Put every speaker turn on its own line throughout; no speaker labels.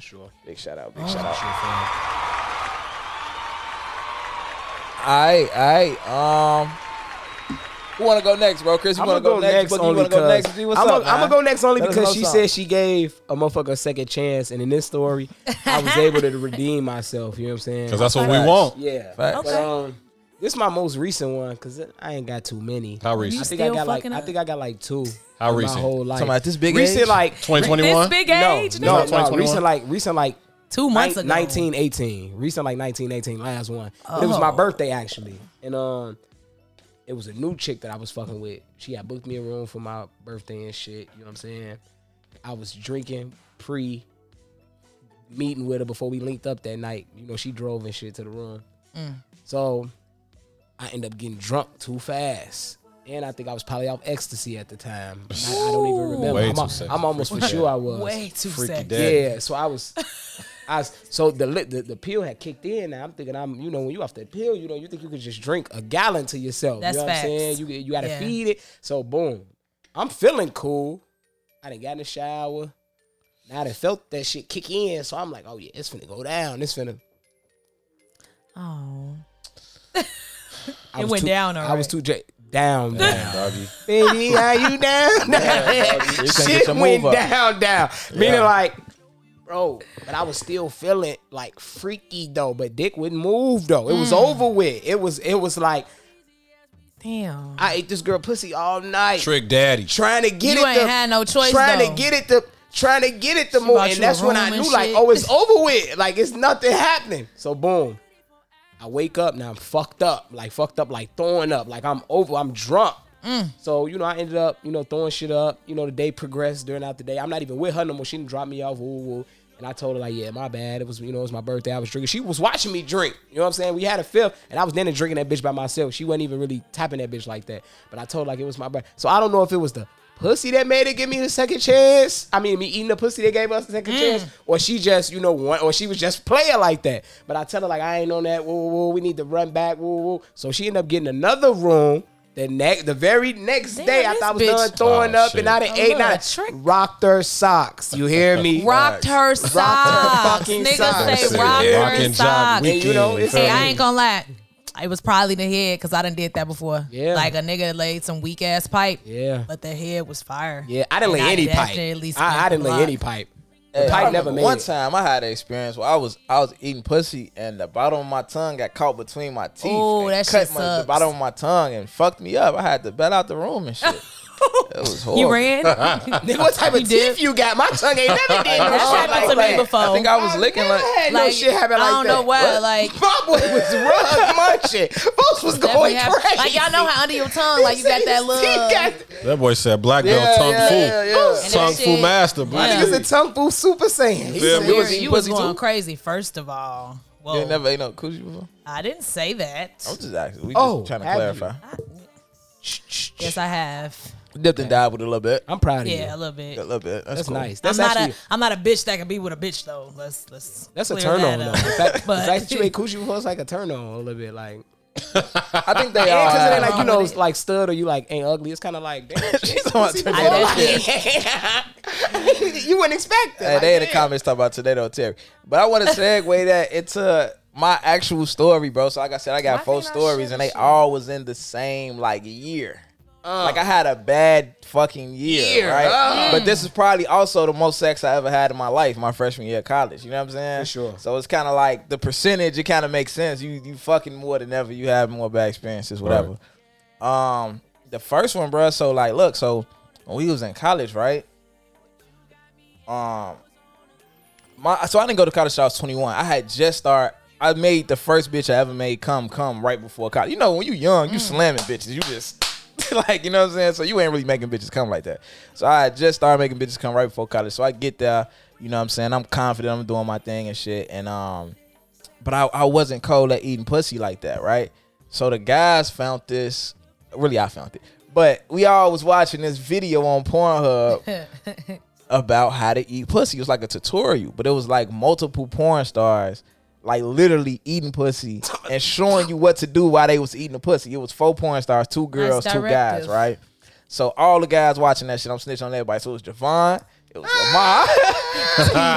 sure.
Big shout out. Big shout out.
Sure thing.
I I um. Who want to go next, bro? Chris, you
I'm
want
gonna
to go, next? Boogie, you
only
wanna go
because
next?
I'm
G, what's up,
gonna
man?
go next only
Let us
because
know
she
something.
said she gave a motherfucker a second chance, and in this story, I was able to redeem myself. You know what I'm saying?
Because that's what we want.
yeah.
Facts.
But,
Okay.
um, this is my most recent one because I ain't got too many.
How
I
recent?
think I
Still
got like
fucking
I
up.
think I got like two.
How
in
recent?
My whole life.
Somebody at this big
recent
age?
like
This
2021?
big
no, no,
age, nigga?
no,
2021?
recent like recent like
two months
Nin-
ago.
1918. Recent like 1918, last one. But it was my
Oh.
birthday actually. And um it was a new chick that I was fucking with. She had booked me a room for my birthday and shit, you know what I'm saying? I was drinking pre meeting with her before we linked up that night. You know, she drove and shit to the room.
Mm.
So I end up getting drunk too fast. And I think I was probably off ecstasy at the time. I, I don't even remember.
Way
I'm,
too
al-
sexy.
I'm almost for
Freaky
sure
dead.
I was.
Way too
Freaky
sexy.
dead.
Yeah, so I was, I was, so the, lit the the pill had kicked in. And I'm thinking, I'm, you know, when you off that pill, you know, you think you could just drink a gallon to yourself.
That's
you know
facts.
what I'm saying? You you gotta
Yeah.
feed it. So boom, I'm feeling cool. I done got in the shower. Now I done felt that shit kick in. So I'm like, oh yeah, it's finna go down. It's finna.
Oh,
I
It
was
went
too-
down
I was
alright.
too j- down. down.
Damn, doggy.
Baby, are you down?
You couldn't get
Shit
your
went
move up.
down, down. Meaning like, bro, but I was still feeling like freaky though. But dick wouldn't move though. It was
Mm.
over with. It was it was like
damn.
I ate this girl pussy all night,
Trick daddy.
trying to get
You
it.
ain't
to,
had no choice,
Trying
though.
to get it to trying to get it to move,
bought
and
you a
that's when
room
I
and
knew like,
shit.
oh, it's over with. Like it's nothing happening. So boom. I wake up now. I'm fucked up, like fucked up, like throwing up, like I'm over. I'm drunk.
Mm.
So you know, I ended up, you know, throwing shit up. You know, the day progressed during out the day. I'm not even with her no more. She didn't drop me off. Woo, woo. And I told her like, yeah, my bad. It was, you know, it was my birthday. I was drinking. She was watching me drink. You know what I'm saying? We had a fifth, and I was then drinking that bitch by myself. She wasn't even really tapping that bitch like that. But I told her like it was my birthday. So I don't know if it was the pussy that made it give me the second chance. I mean, me eating the pussy that gave us the
Mm.
second chance, or she just, you know, one, or she was just player like that. But I tell her like I ain't on that. Woo, woo, woo. We need to run back. Woo, woo. woo. So she ended up getting another room. The next, the very next
Damn,
day, after I
this
was
bitch-
done throwing
Oh,
up
shit.
and I done
A
ate, and I
little
done
trick.
rocked her socks. You hear me?
Rocked her socks.
fucking
Niggas
socks.
say
That's it.
rocked
Rockin'
her
job
socks.
weekend,
You know, it's-
feel
Hey, I
me?
ain't gonna lie. It was probably the head because I done did that before.
Yeah.
Like a nigga laid some weak ass pipe.
Yeah.
But the head was fire.
Yeah, I didn't
And
lay any pipe.
definitely at least
I, I
went
didn't
block.
lay any pipe. The
Hey, I
pipe
remember
never made
One
it.
time I had an experience where I was I was eating pussy and the bottom of my tongue got caught between my teeth.
Ooh,
and
that
cut
shit
my,
sucks.
The bottom of my tongue and fucked me up. I had to bail out the room and shit. it was horrible.
You ran? That
Nigga, what type of
did?
teeth you got? My tongue ain't never did no shit
happened to
like that.
me before.
I think I was licking
Never
like
had no
Oh, Like,
shit happen like
I don't
that.
know why, like-
my boy was rug munching. Folks was going
definitely happened.
crazy.
Like y'all know how under your tongue, like you got that little.
He got
That boy said black belt
Yeah,
tongue
yeah,
fool.
yeah, yeah.
And that
Tongue fool
shit-
master, black.
Yeah.
niggas a tongue fool super saiyan. He
Yeah,
said,
You was
Siri,
eating
you was
pussy
going
too?
crazy. First of all,
You
Whoa.
ain't never ate no coochie before.
I didn't say that.
I'm just asking. We just
Oh,
trying to
have
clarify.
Yes, I have.
Dipped and dived with it a little bit.
I'm proud of you.
Yeah, a little bit.
A little bit. That's,
That's
cool.
nice. That's
I'm
actually
not a I'm not a bitch that can be with a bitch though. Let's let's.
that's a
clear
turn on
that
though.
up.
The fact, the
But-
fact that you ate coochie before is like a turn on a little bit. Like
I think they
Yeah,
are. uh,
because it ain't like you
wrong
know,
with it.
like stud or you like ain't ugly. It's kind of like damn,
She's talking about turn
I
it
bet
on.
you-
you wouldn't expect that.
Hey,
Like,
they in the
damn.
comments talking about today though, Terry. But I want to segue that into my actual story, bro. So like I said, I got four stories, and they all was in the same like year. like I had a bad fucking year,
Uh. Year,
right?
uh.
But this is probably also the most sex I ever had in my life, my freshman year of college. You know what I'm saying?
For sure.
So it's kind of like the percentage. It kind of makes sense. You you fucking more than ever. You have more bad experiences, whatever. Um, the first one, bruh, So like, look, so when we was in college, right? Um, my so I didn't go to college till I was 21. I had just started. I made the first bitch I ever made come come right before college. You know, when you young, you slamming bitches. You just like you know what I'm saying. So you ain't really making bitches come like that. So I had just started making bitches come right before college. So I get there. You know what I'm saying? I'm confident. I'm doing my thing and shit. And um, but I, I wasn't cold at eating pussy like that, right? So the guys found this. Really, I found it. But we all was watching this video on Pornhub about how to eat pussy. It was like a tutorial, but it was like multiple porn stars, like literally eating pussy and showing you what to do while they was eating the pussy. It was four porn stars, two girls, two guys,
directive.
right? So all the guys watching that shit, I'm snitching on everybody. So it was Javon, it was Lamar,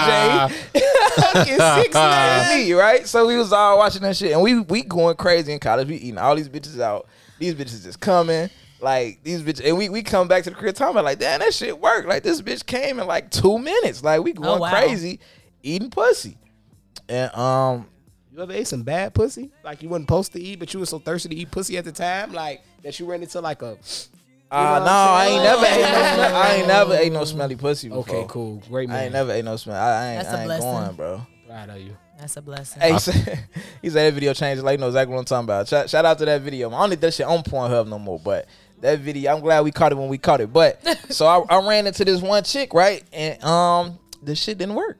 TJ,
fucking six nine.
me, right? So we was all watching that shit, and we we going crazy in college. We eating all these bitches out. These bitches just coming. Like these bitches, and we, we come back to the crib talking about like, damn, that shit worked. Like this bitch came in like two minutes. Like we going
Oh, wow.
crazy, eating pussy, and um,
You ever ate some bad pussy? Like you wasn't supposed to eat, but you were so thirsty to eat pussy at the time, like that you ran into like a.
uh, no, I ain't never ate no, smell- I ain't never ate no smelly pussy. Before.
Okay, cool, great man.
I ain't never ate no smell. I, I ain't,
That's a
I ain't
blessing.
going, bro.
Proud of you.
That's a blessing.
Hey, he said, he said that video changed. Like, you know exactly what I'm talking about. Shout, shout out to that video. I don't need that shit on Pornhub no more, but that video, I'm glad we caught it when we caught it. But so I, I ran into this one chick, right? And um, the shit didn't work.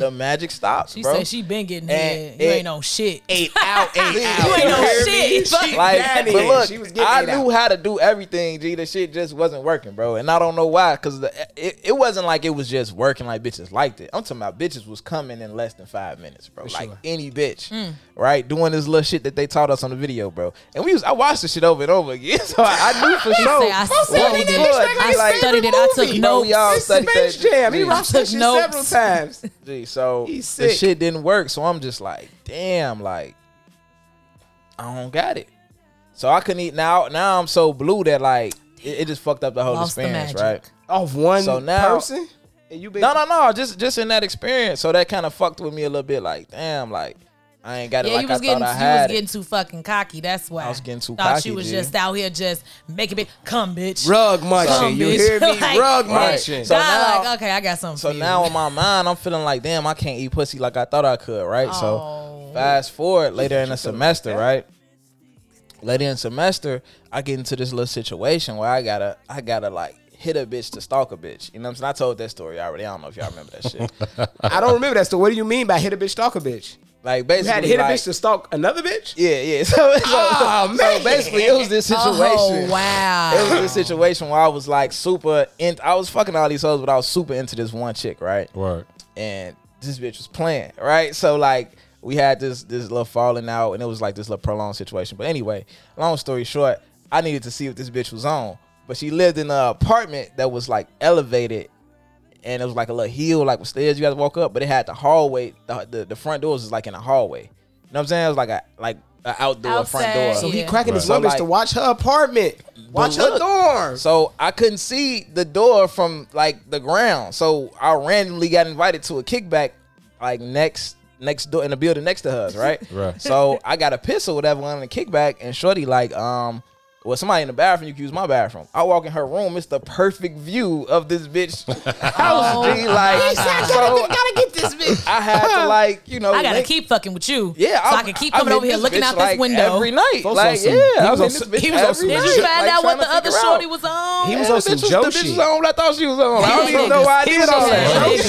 The magic stopped,
Mm. she
bro.
said she been getting
And
hit. You
it-
ain't no shit.
ate out, ate out.
You ain't no
hear me?
shit.
She
Like,
mad at
but
it.
look,
she was getting
I
it
knew
out.
how to do everything, G. The shit just wasn't working, bro. And I don't know why, because it, it wasn't like it was just working like bitches liked it. I'm talking about bitches was coming in less than five minutes, bro. like
sure.
any bitch,
Mm.
right? Doing this little shit that they taught us on the video, bro. And we was, I watched the shit over and over again, so I, I knew for sure.
said, I
what
studied
was
it.
good.
I
Like,
studied it. I took
bro,
notes.
We all
It's
studied
Space
that.
Jam. He
G.
watched that
Took
shit
notes.
several times.
Gee, so
He's
the
sick.
shit didn't work. So I'm just like, damn, like I don't got it. So I couldn't eat now. Now I'm so blue that like it, it just fucked up the whole
Lost the
experience,
magic.
right?
Off one
So now-
person, and you been
No, no, no. Just just in that experience. So that kind of fucked with me a little bit. Like, damn, like I ain't got it.
Yeah,
like
you was
I
getting you
thought I
was
had.
getting too fucking cocky. That's why
I was getting too
Thought
cocky,
She was
G.
just out here just making it come, bitch.
rug munching.
Come,
You
bitch.
hear me?
Like,
Rug
Right.
munching.
So
So
now-
like, okay, I got something.
So
for you.
now in my mind, I'm feeling like, damn, I can't eat pussy like I thought I could, right?
Oh.
So fast forward later in the semester, right? Later in the semester, I get into this little situation where I gotta, I gotta like hit a bitch to stalk a bitch. You know what I'm saying? I told that story already. I don't know if y'all remember that shit.
I don't remember that. So what do you mean by hit a bitch, stalk a bitch?
Like
You
basically,
had to hit a
like-
bitch to stalk another bitch.
yeah, yeah. So, so,
Oh,
so
man.
basically, it was this situation.
Oh wow.
It was this situation where I was like super in. I was fucking all these hoes, but I was super into this one chick, right?
Word.
and this bitch was playing, right? So like we had this this little falling out, and it was like this little prolonged situation. But anyway, long story short, I needed to see what this bitch was on, but she lived in an apartment that was like elevated, and it was like a little hill, like with stairs you had to walk up, but it had the hallway, the the, the front doors is like in a hallway. You know what I'm saying? It was like a like an outdoor front door.
Outside,
So he
Yeah.
cracking his
Right.
numbers
So,
to
like-
watch her apartment, watch
But
her
look,
dorm.
So I couldn't see the door from like the ground. So I randomly got invited to a kickback like next next door in the building next to hers, right?
Right.
So I got a piss or whatever on the kickback and Shorty like um well somebody in the bathroom you can use my bathroom. I walk in her room, it's the perfect view of this bitch house.
Oh.
G, like so
gotta get this bitch.
I had to like, you know,
I gotta
link-
keep fucking with you.
yeah,
so I,
I'm-
can keep
I'm
coming
in
over here
this
looking
bitch,
out
like,
this window.
every night.
Folks on
Like,
some-
yeah,
he
I was
was on
in
some-
this bitch
he was on
every
some
Did
night,
you find
like,
out what
trying
the
to
other
figure out.
shorty was on?
He was
Yeah,
on
the
some
bitch was-
Joe
the bitch
shit.
was on what I thought she was on. I don't
He
even
had
know why I
niggas. He
did
was
all
on some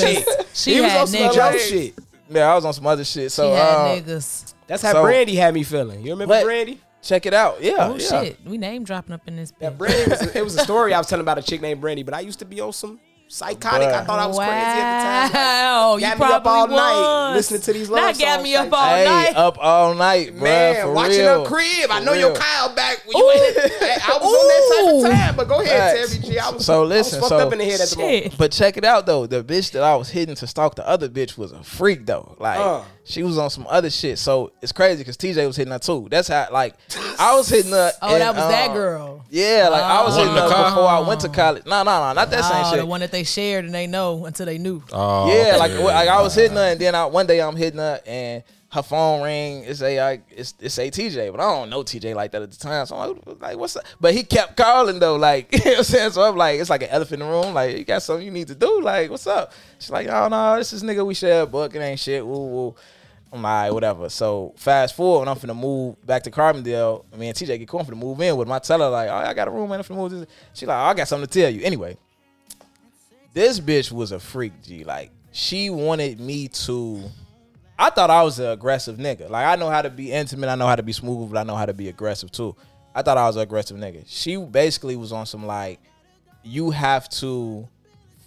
that.
Joe shit.
She
he was
had
on some Joe
niggas.
shit.
Yeah, I was on some other shit.
She
So
had
um,
niggas.
That's how
So-
Brandy had me feeling. You remember
But-
Brandy?
check it out. Yeah.
Oh
yeah.
shit, we name dropping up in this.
That
bitch.
Brandy was it was a story I was telling about a chick named Brandy, but I used to be on some psychotic. I
Bruh.
thought I was
wow.
crazy at the time.
Oh, you
Got me
probably
up all
was.
night listening to these love
Not got
songs,
me up
like-
all
Hey,
night.
up all night, bruh,
Man,
for
watching
real.
her crib. I
For
know your
real.
Kyle back when you ain't. I was on that type of time, but go ahead,
Facts.
Terry G. I was,
So
I was
listen,
fucked
so-
up in the
Oh,
head at the moment.
Shit.
But check it out though. The bitch that I was hitting to stalk the other bitch was a freak though. Like
Uh.
she was on some other shit. So it's crazy because TJ was hitting her too. That's how like I was hitting her.
Oh, that
and,
was that
uh,
girl.
Yeah, like I was
Oh.
hitting
One
her
in the car?
before I went to college. No, no, no, not that
Oh,
same
the
shit. Uh,
one that they shared and they know until they knew.
Oh,
Yeah,
okay.
like, like I was hitting her, and then I, one day I'm hitting her, and her phone ring. It's a like, it's it's a TJ, but I don't know TJ like that at the time. So I'm like, like what's up? But he kept calling though, like you know what I'm saying. So I'm like, it's like an elephant in the room. Like you got something you need to do. Like what's up? She's like, oh no, this is nigga we share a book. It ain't shit. Woo woo. I'm like, all right, whatever. So fast forward, when I'm finna move back to Carbondale, me and TJ get cool. I'm finna move in with my teller. Like, oh, I got a room, man. I'm finna move. This. She like, oh, I got something to tell you. Anyway, this bitch was a freak, G. Like she wanted me to. I thought I was an aggressive nigga. Like I know how to be intimate, I know how to be smooth, but I know how to be aggressive too. I thought I was an aggressive nigga. She basically was on some like, you have to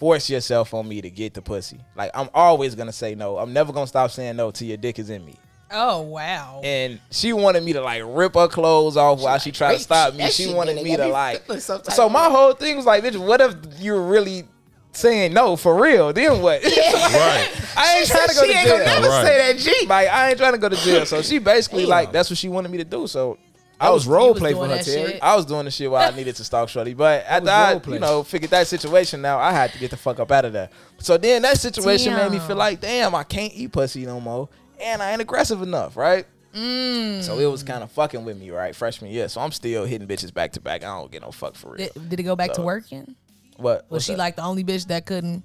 force yourself on me to get the pussy. Like I'm always gonna say no. I'm never gonna stop saying no till your dick is in me.
Oh wow.
And she wanted me to like rip her clothes off while she tried to stop me. She wanted me to like. So my whole thing was like, bitch, what if you really saying no for real, then what?
Right.
I ain't trying to go to
she ain't gonna
jail.
never
Right.
say that G.
Like I ain't trying to go to jail. So she basically
Damn.
like that's what she wanted me to do. So I
I was
was
role
was
play for
doing
her,
that
Terry.
shit.
I was doing the shit while I needed to stalk Shorty. But after
was
I,
role play.
you know, figured that situation now, I had to get the fuck up out of there. So then that situation made me
Damn.
feel like, damn, I can't eat pussy no more. And I ain't aggressive enough, right?
Mm.
So it was kind of fucking with me, right? Freshman year. So I'm still hitting bitches back to back. I don't get no fuck for real.
Did, did it go back to
So-
working?
What?
Was she like the only bitch that couldn't,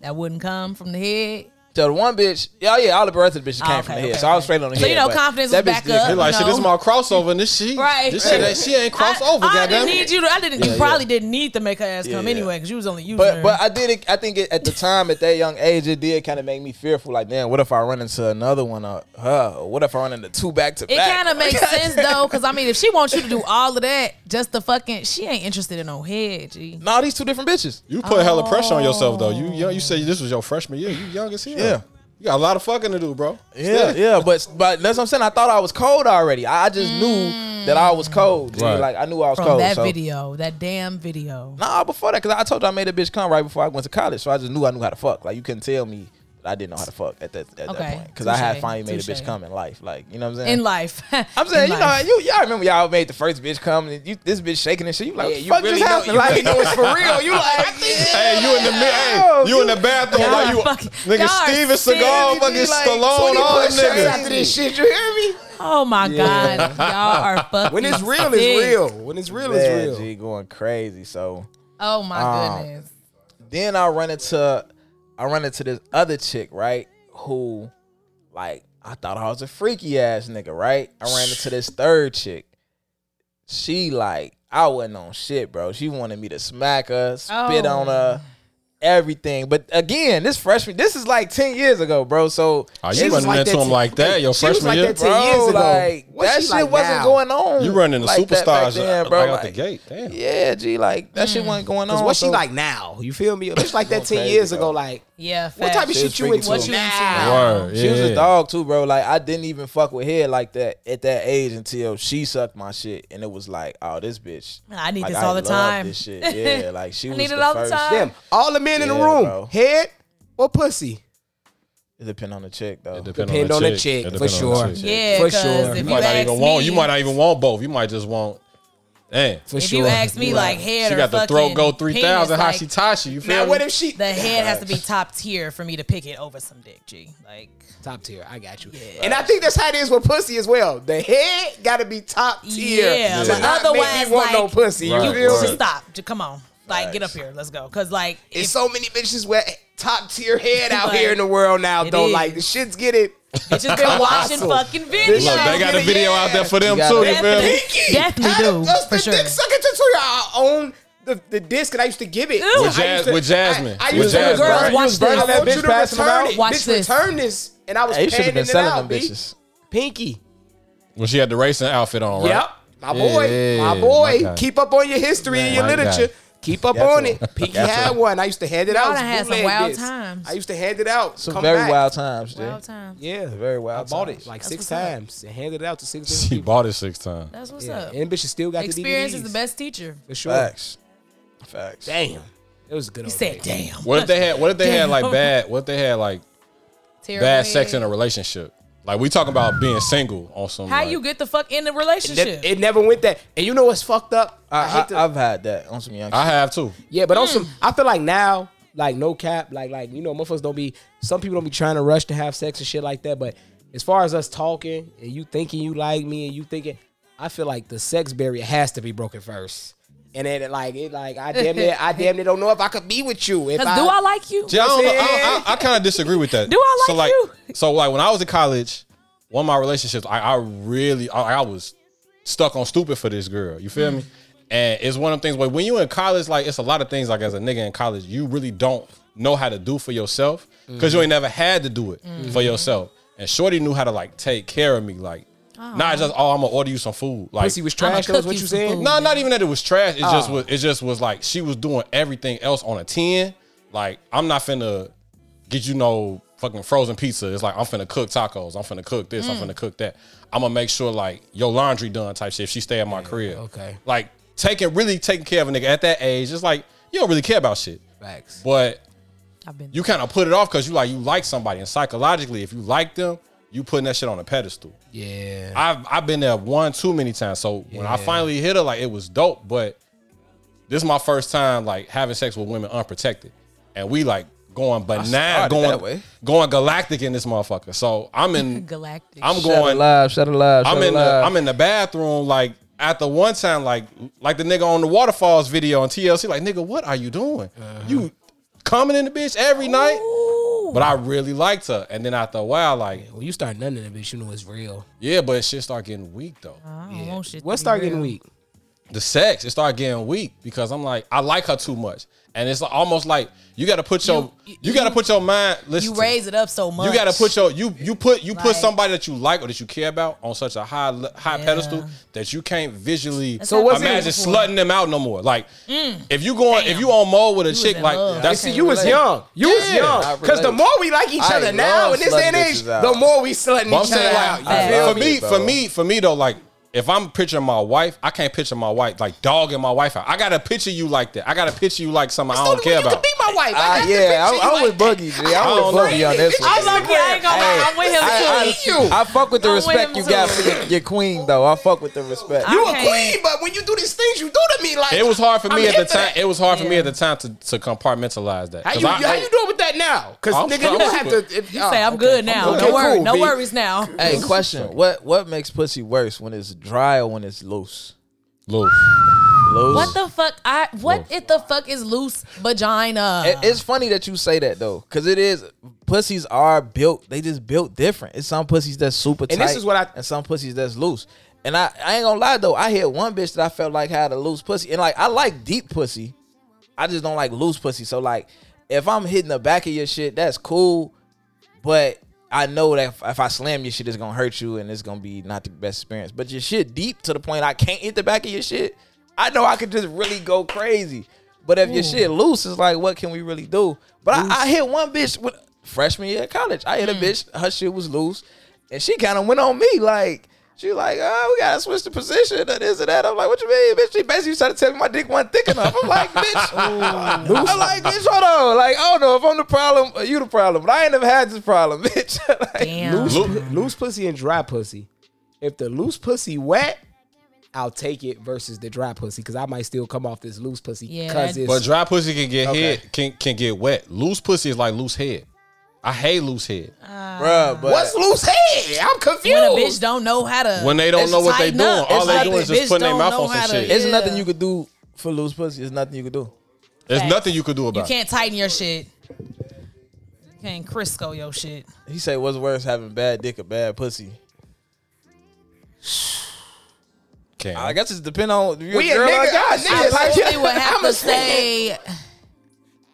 that wouldn't come from the head?
So the one bitch, yeah, yeah, all the rest of the bitches
Oh,
came from the
okay,
head.
okay,
So I was
okay.
straight on the
So,
head.
you know,
but
confidence
that
was
bitch
back
did-
up.
They like, shit, this
No.
is my crossover, and this she,
Right.
this shit, ain't- she ain't cross over,
I, I
goddamn.
didn't need you. To, I didn't.
Yeah,
you probably
yeah.
didn't need to make her ass
Yeah,
come
yeah.
anyway because you was only using
But
her.
but I did it. I think it, at the time at that young age, it did kind of make me fearful. Like, damn, what if I run into another one or her? Or what if I run into two back to
it
back?
kind of makes sense though, because I mean, if she wants you to do all of that, just to fucking, she ain't interested in no head, G.
No, these two different bitches.
You put hella pressure on yourself though.
Oh.
You young, you say this was your freshman year. You young as hell.
Yeah.
You got a lot of fucking to do, bro.
Yeah, yeah, but but that's what I'm saying. I thought I was cold already. I, I just knew that I was cold. G.
Right.
Like I knew I was
Mm. From
cold.
that
so.
video, that damn video.
Nah, before that, because I told you I made a bitch come right before I went to college, so I just knew I knew how to fuck. Like you couldn't tell me that I didn't know how to fuck at that at that
Okay,
point because I had
touche,
finally made a bitch
touche.
come in life. Like you know what I'm saying?
In life,
I'm saying, you know, you y'all remember y'all made the first bitch come and you, this bitch shaking and shit. You like,
Yeah,
what the fuck
you really
just
know-
happened?
you
Like,
really know it's for real. You like,
Hey, you in the mi- hey, you in the bathroom
Oh, Y'all
like
are
you
fucking- y'all
nigga
are
Steven Seagal,
serious.
fucking
Like,
Stallone,
20
all them
push-ups
niggas.
after this shit, you hear me?
Oh my god, y'all are fucking.
When it's real,
sick.
it's real. When it's real,
Man,
it's real.
G going crazy. So
Oh my
Ah.
Um,
goodness.
then I run into I run into this other chick, right? Who like I thought I was a freaky ass nigga, right? I ran into this third chick. She like I wasn't on shit, bro. She wanted me to smack her, spit
Oh.
on her, everything. But again, this freshman, this is like ten years ago, bro. So
Oh,
She
you
was
running
like
into
that
him
to-
like that your
she was
freshman
like
year?
that to- 10
bro,
years ago.
like
What's
that
she
shit
like
wasn't
now?
going on.
you running the
like that back
superstars
then,
uh,
bro.
like, out the
Like,
gate. Damn.
Yeah, G, like that shit wasn't going on.
Cause what she
so-
like now? You feel me? It's like that
Going
ten
crazy,
years
bro.
ago. Like,
Yeah. Facts.
what type of
She was
shit you
freaky
into
too. What
you into
now?
now?
Word.
She was
yeah.
a dog too, bro. Like I didn't even fuck with hair like that at that age until she sucked my shit, and it was like, oh, this bitch.
I need
like,
this all the
love
time.
This shit, yeah. Like she
I
was
need
the
it all the
first.
time.
Damn, all the men in the
Yeah,
room,
bro.
head or pussy?
It depend on the chick though.
It depend
Depend on the chick,
It
for
depend on the
sure.
chick.
Yeah,
For
'cause
sure.
If
You
you,
You might not
ask
even
me,
want. You might not even want both. You might just want. Damn.
For
If
sure.
you ask me, like head
She
or
got the
fucking
throat go three thousand
penis, like,
Hashitashi. You feel
now
me?
what if she
the head has to be top tier for me to pick it over some dick, G. Like,
top tier? I got you. And I think that's how it is with pussy as well. The head got to be top tier.
Yeah,
to
but
not make me
otherwise,
want no
like,
pussy. You
Right,
feel
right.
just
me?
stop. Just come on. Like, get up here. Let's go. Cause like,
It's
if
so many bitches with top tier head out
Like,
here in the world now.
it
Though, like
is.
the shit's getting
bitches been watching
colossal.
fucking videos,
Look, they got a
Yeah.
video out there for them
You
too. You
gotta-
feel me?
Definitely.
pinky.
Definitely
How
do,
the- us
for
the
sure.
dick sucking to Toya. I own the, the disc and I used to give it.
Ew.
I
With,
used
Jas-
to-
with Jasmine.
I, I
with
used to
tell
Jasmine.
the girls,
Right.
watch
You was burning
this.
I
that
want you
bitch
to
passing them
return
out.
it.
Watch
bitch,
this.
return this. And I was
Hey, you should have
panning
been
it out,
selling them
B.
bitches.
Pinky.
When she had the racing outfit on, right?
Yep. My
Yeah,
boy.
my
my boy.
guy.
Keep up on your history and your
My guy.
literature. Keep up
That's
on
it.
it. Pinky
That's
had
it.
one. I used to hand it out.
Y'all
It was
done had some
bootleg
wild
discs.
times.
I used to hand it out.
Some
Come
very
back.
wild times, dude.
Wild time.
Yeah.
Very wild
I bought
times.
it like
That's
six
what's up.
times and handed it out to six
She
different people.
bought it six times.
That's what's
Yeah.
up.
And bitch still got
Experience
the
is
DVDs.
the best teacher.
For sure.
Facts. Facts.
Damn. It was a good
You
old
said,
days.
"Damn."
What if they had? What if they had like
Damn.
bad? What if they had like
Terrible
bad sex
head.
in a relationship? Like we talking about being single on some.
How
like-
you get the fuck in the
That-
relationship?
It never went that. And you know what's fucked up?
I,
hate to-
I, have had that on some young.
I
shit.
have too.
Yeah, but also
Mm.
I feel like now, like no cap, like like you know, motherfuckers don't be. Some people don't be trying to rush to have sex and shit like that. But as far as us talking and you thinking you like me and you thinking, I feel like the sex barrier has to be broken first. And then it like it like I damn near I damn near don't know if I could be with you. If
Cause do I like you?
Yeah, I, don't know. I, I, I kind of disagree with that.
Do I
so
like
like
you?
so like when I was in college, one of my relationships, I, I really I, I was stuck on stupid for this girl. You
Mm.
feel me? And it's one of them things where when you in college, like it's a lot of things like as a nigga in college, you really don't know how to do for yourself because
Mm.
you ain't never had to do it
Mm.
for yourself. And Shorty knew how to like take care of me, like not just oh I'm gonna order you some food, like
pussy was trash. That was
cook
what
you
you
some
saying.
food.
no, not even that it was trash. It just
Oh.
was. It just was like she was doing everything else on a ten. Like I'm not finna get you no fucking frozen pizza. It's like I'm finna cook tacos. I'm finna cook this.
Mm.
I'm finna cook that. I'm gonna make sure like your laundry done type shit. If she stay at my crib,
okay.
Like taking really taking care of a nigga at that age, it's like you don't really care about shit.
Facts.
But
I've been.
you kind of put it off because you like you like somebody, and psychologically, if you like them, you putting that shit on a pedestal.
Yeah.
I've I've been there one too many times. So when I
Yeah.
finally hit her, like it was dope. But this is my first time like having sex with women unprotected, and we like going banana,
started that
going
way.
going galactic in this motherfucker. So I'm in
Galactic.
I'm
Shut it
going.
live, shut it live, shut
I'm
it
in the
live.
I'm in the bathroom like at the one time like like the nigga on the waterfalls video on TLC like nigga what are you doing you coming in the bitch every night
Ooh.
but I really liked her and then after a while like
When you start nutting that bitch, you know it's real.
yeah but shit start getting weak though
I don't want shit. to
What
be
start getting
real.
weak?
the sex it started getting weak because I'm like I like her too much and it's almost like you got to put your you,
You-
got to put your mind listen
You
to me.
raise it up so much.
You got to put your you you put you put
Like-
somebody that you like or that you care about on such a high le- high
Yeah.
pedestal that you can't visually
So what's it
imagine
before? Mm.
slutting them out no more. Like if you going if you on mode with a
was
chick
in
like
love.
You
that's
see,
can't
you was
relate.
young. You was
Yeah,
young.
I
Because the
relate.
more we like each
I
other now in
love
this
slutting
day and age,
bitches out.
the more we slutting
but I'm
each other
saying
out.
like
You
I
feel
for
love
me?
me
it,
for
bro.
me for me though like if I'm picturing my wife, I can't picture my wife like dogging my wife out. I gotta picture you like that. I gotta picture you like something I
So
don't care
you
about.
could be my wife. I
I,
got the
yeah, I,
picture. You
I was
like that.
buggy. G. I was
don't
buggy on this one.
I'm like, yeah, I ain't gonna lie. I'm with him
I,
too.
you.
I, I fuck with the
I'm with
respect
him
you got
too.
for your, your queen, though. I fuck with the respect.
I-
You a
Okay.
queen, but when you do these things, you do to me like
It was hard for me
I'm
at the
into
time.
that.
It was hard for me
Yeah.
at the time to, to compartmentalize that.
How
'Cause
you
I-
how you doing with that now? Because
I'm-
nigga, you
I'm
don't have
good.
to. If, uh,
You say I'm good now.
Oh, Okay,
no worry,
cool,
no
B.
worries now.
hey, question: What what makes pussy worse when it's dry or when it's loose?
Lou.
Loose.
What the fuck? I what if the fuck is loose vagina?
It- it's funny that you say that though, because it is pussies are built. They just built different. It's some pussies that's super tight,
And this is what I-
and some pussies that's loose. And I, I ain't gonna lie though, I had one bitch that I felt like had a loose pussy, and like I like deep pussy, I just don't like loose pussy. So like, if I'm hitting the back of your shit, that's cool, but I know that if, if I slam your shit, it's gonna hurt you, and it's gonna be not the best experience. But your shit deep to the point I can't hit the back of your shit. I know I could just really go crazy. But if your shit loose, it's like, what can we really do? But I, I hit one bitch with freshman year of college. I hit a bitch, her shit was loose, and she kind of went on me like. She was like, oh, we gotta switch the position or this and that. I'm like, what you mean, bitch? She basically started telling me my dick wasn't thick enough. I'm like, bitch, I'm like, bitch, hold on. Like, I don't know if I'm the problem or you the problem, but I ain't never had this problem, bitch. Like,
Damn.
Loose, loose pussy and dry pussy. If the loose pussy wet, I'll take it versus the dry pussy because I might still come off this loose pussy
Yeah,
because
that-
it's
But dry pussy can get
Okay.
hit, can can get wet. Loose pussy is like loose head. I hate loose head.
Uh,
bruh, but
what's loose head? I'm confused.
when a bitch don't know how to
When they don't know what they
tighten
doing,
up.
all
It's
they
like
doing
the
is just
bitch
putting their
don't
mouth
know
on some
how to-
shit.
it's
yeah.
nothing you could do for loose pussy. It's nothing you could do.
There's
Facts.
nothing you could do
You
about it.
can't tighten your shit. You can't Crisco your shit.
He say, what's worse, having bad dick or bad pussy?
Can't.
I guess it depend on your
We a
girl or
nigga,
guy.
I
Shit,
nigga.
like-
Probably would have
I'm a
to say,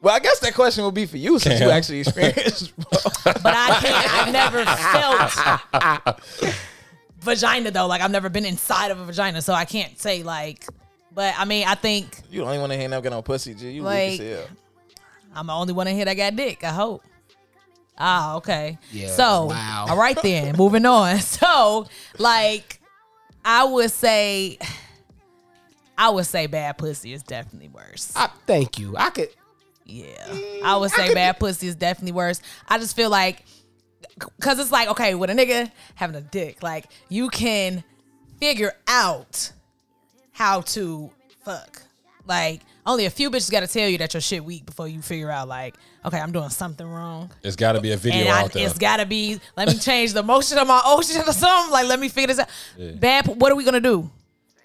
well, I guess that question would be for you since you
Damn.
actually experienced.
but I can't. I've never felt vagina though. Like I've never been inside of a vagina, so I can't say like. But I mean, I think
you don't even want to hang out getting on pussy, G. You
Like-
weak as hell.
I'm the only one in here that got dick. I hope. Ah, okay.
Yeah,
So,
wow.
all right then. Moving on. So, like, I would say, I would say bad pussy is definitely worse.
I, thank you. I could.
Yeah. I would say bad pussy is definitely worse. I just feel like, because it's like, okay, with a nigga having a dick, like, you can figure out how to fuck. Like, only a few bitches got to tell you that your shit weak before you figure out, like, okay, I'm doing something wrong.
it's got to be a video
And I,
out there.
it's got to be, let me change the motion of my ocean or something. Like, let me figure this out. Bad, pu- what are we going to do?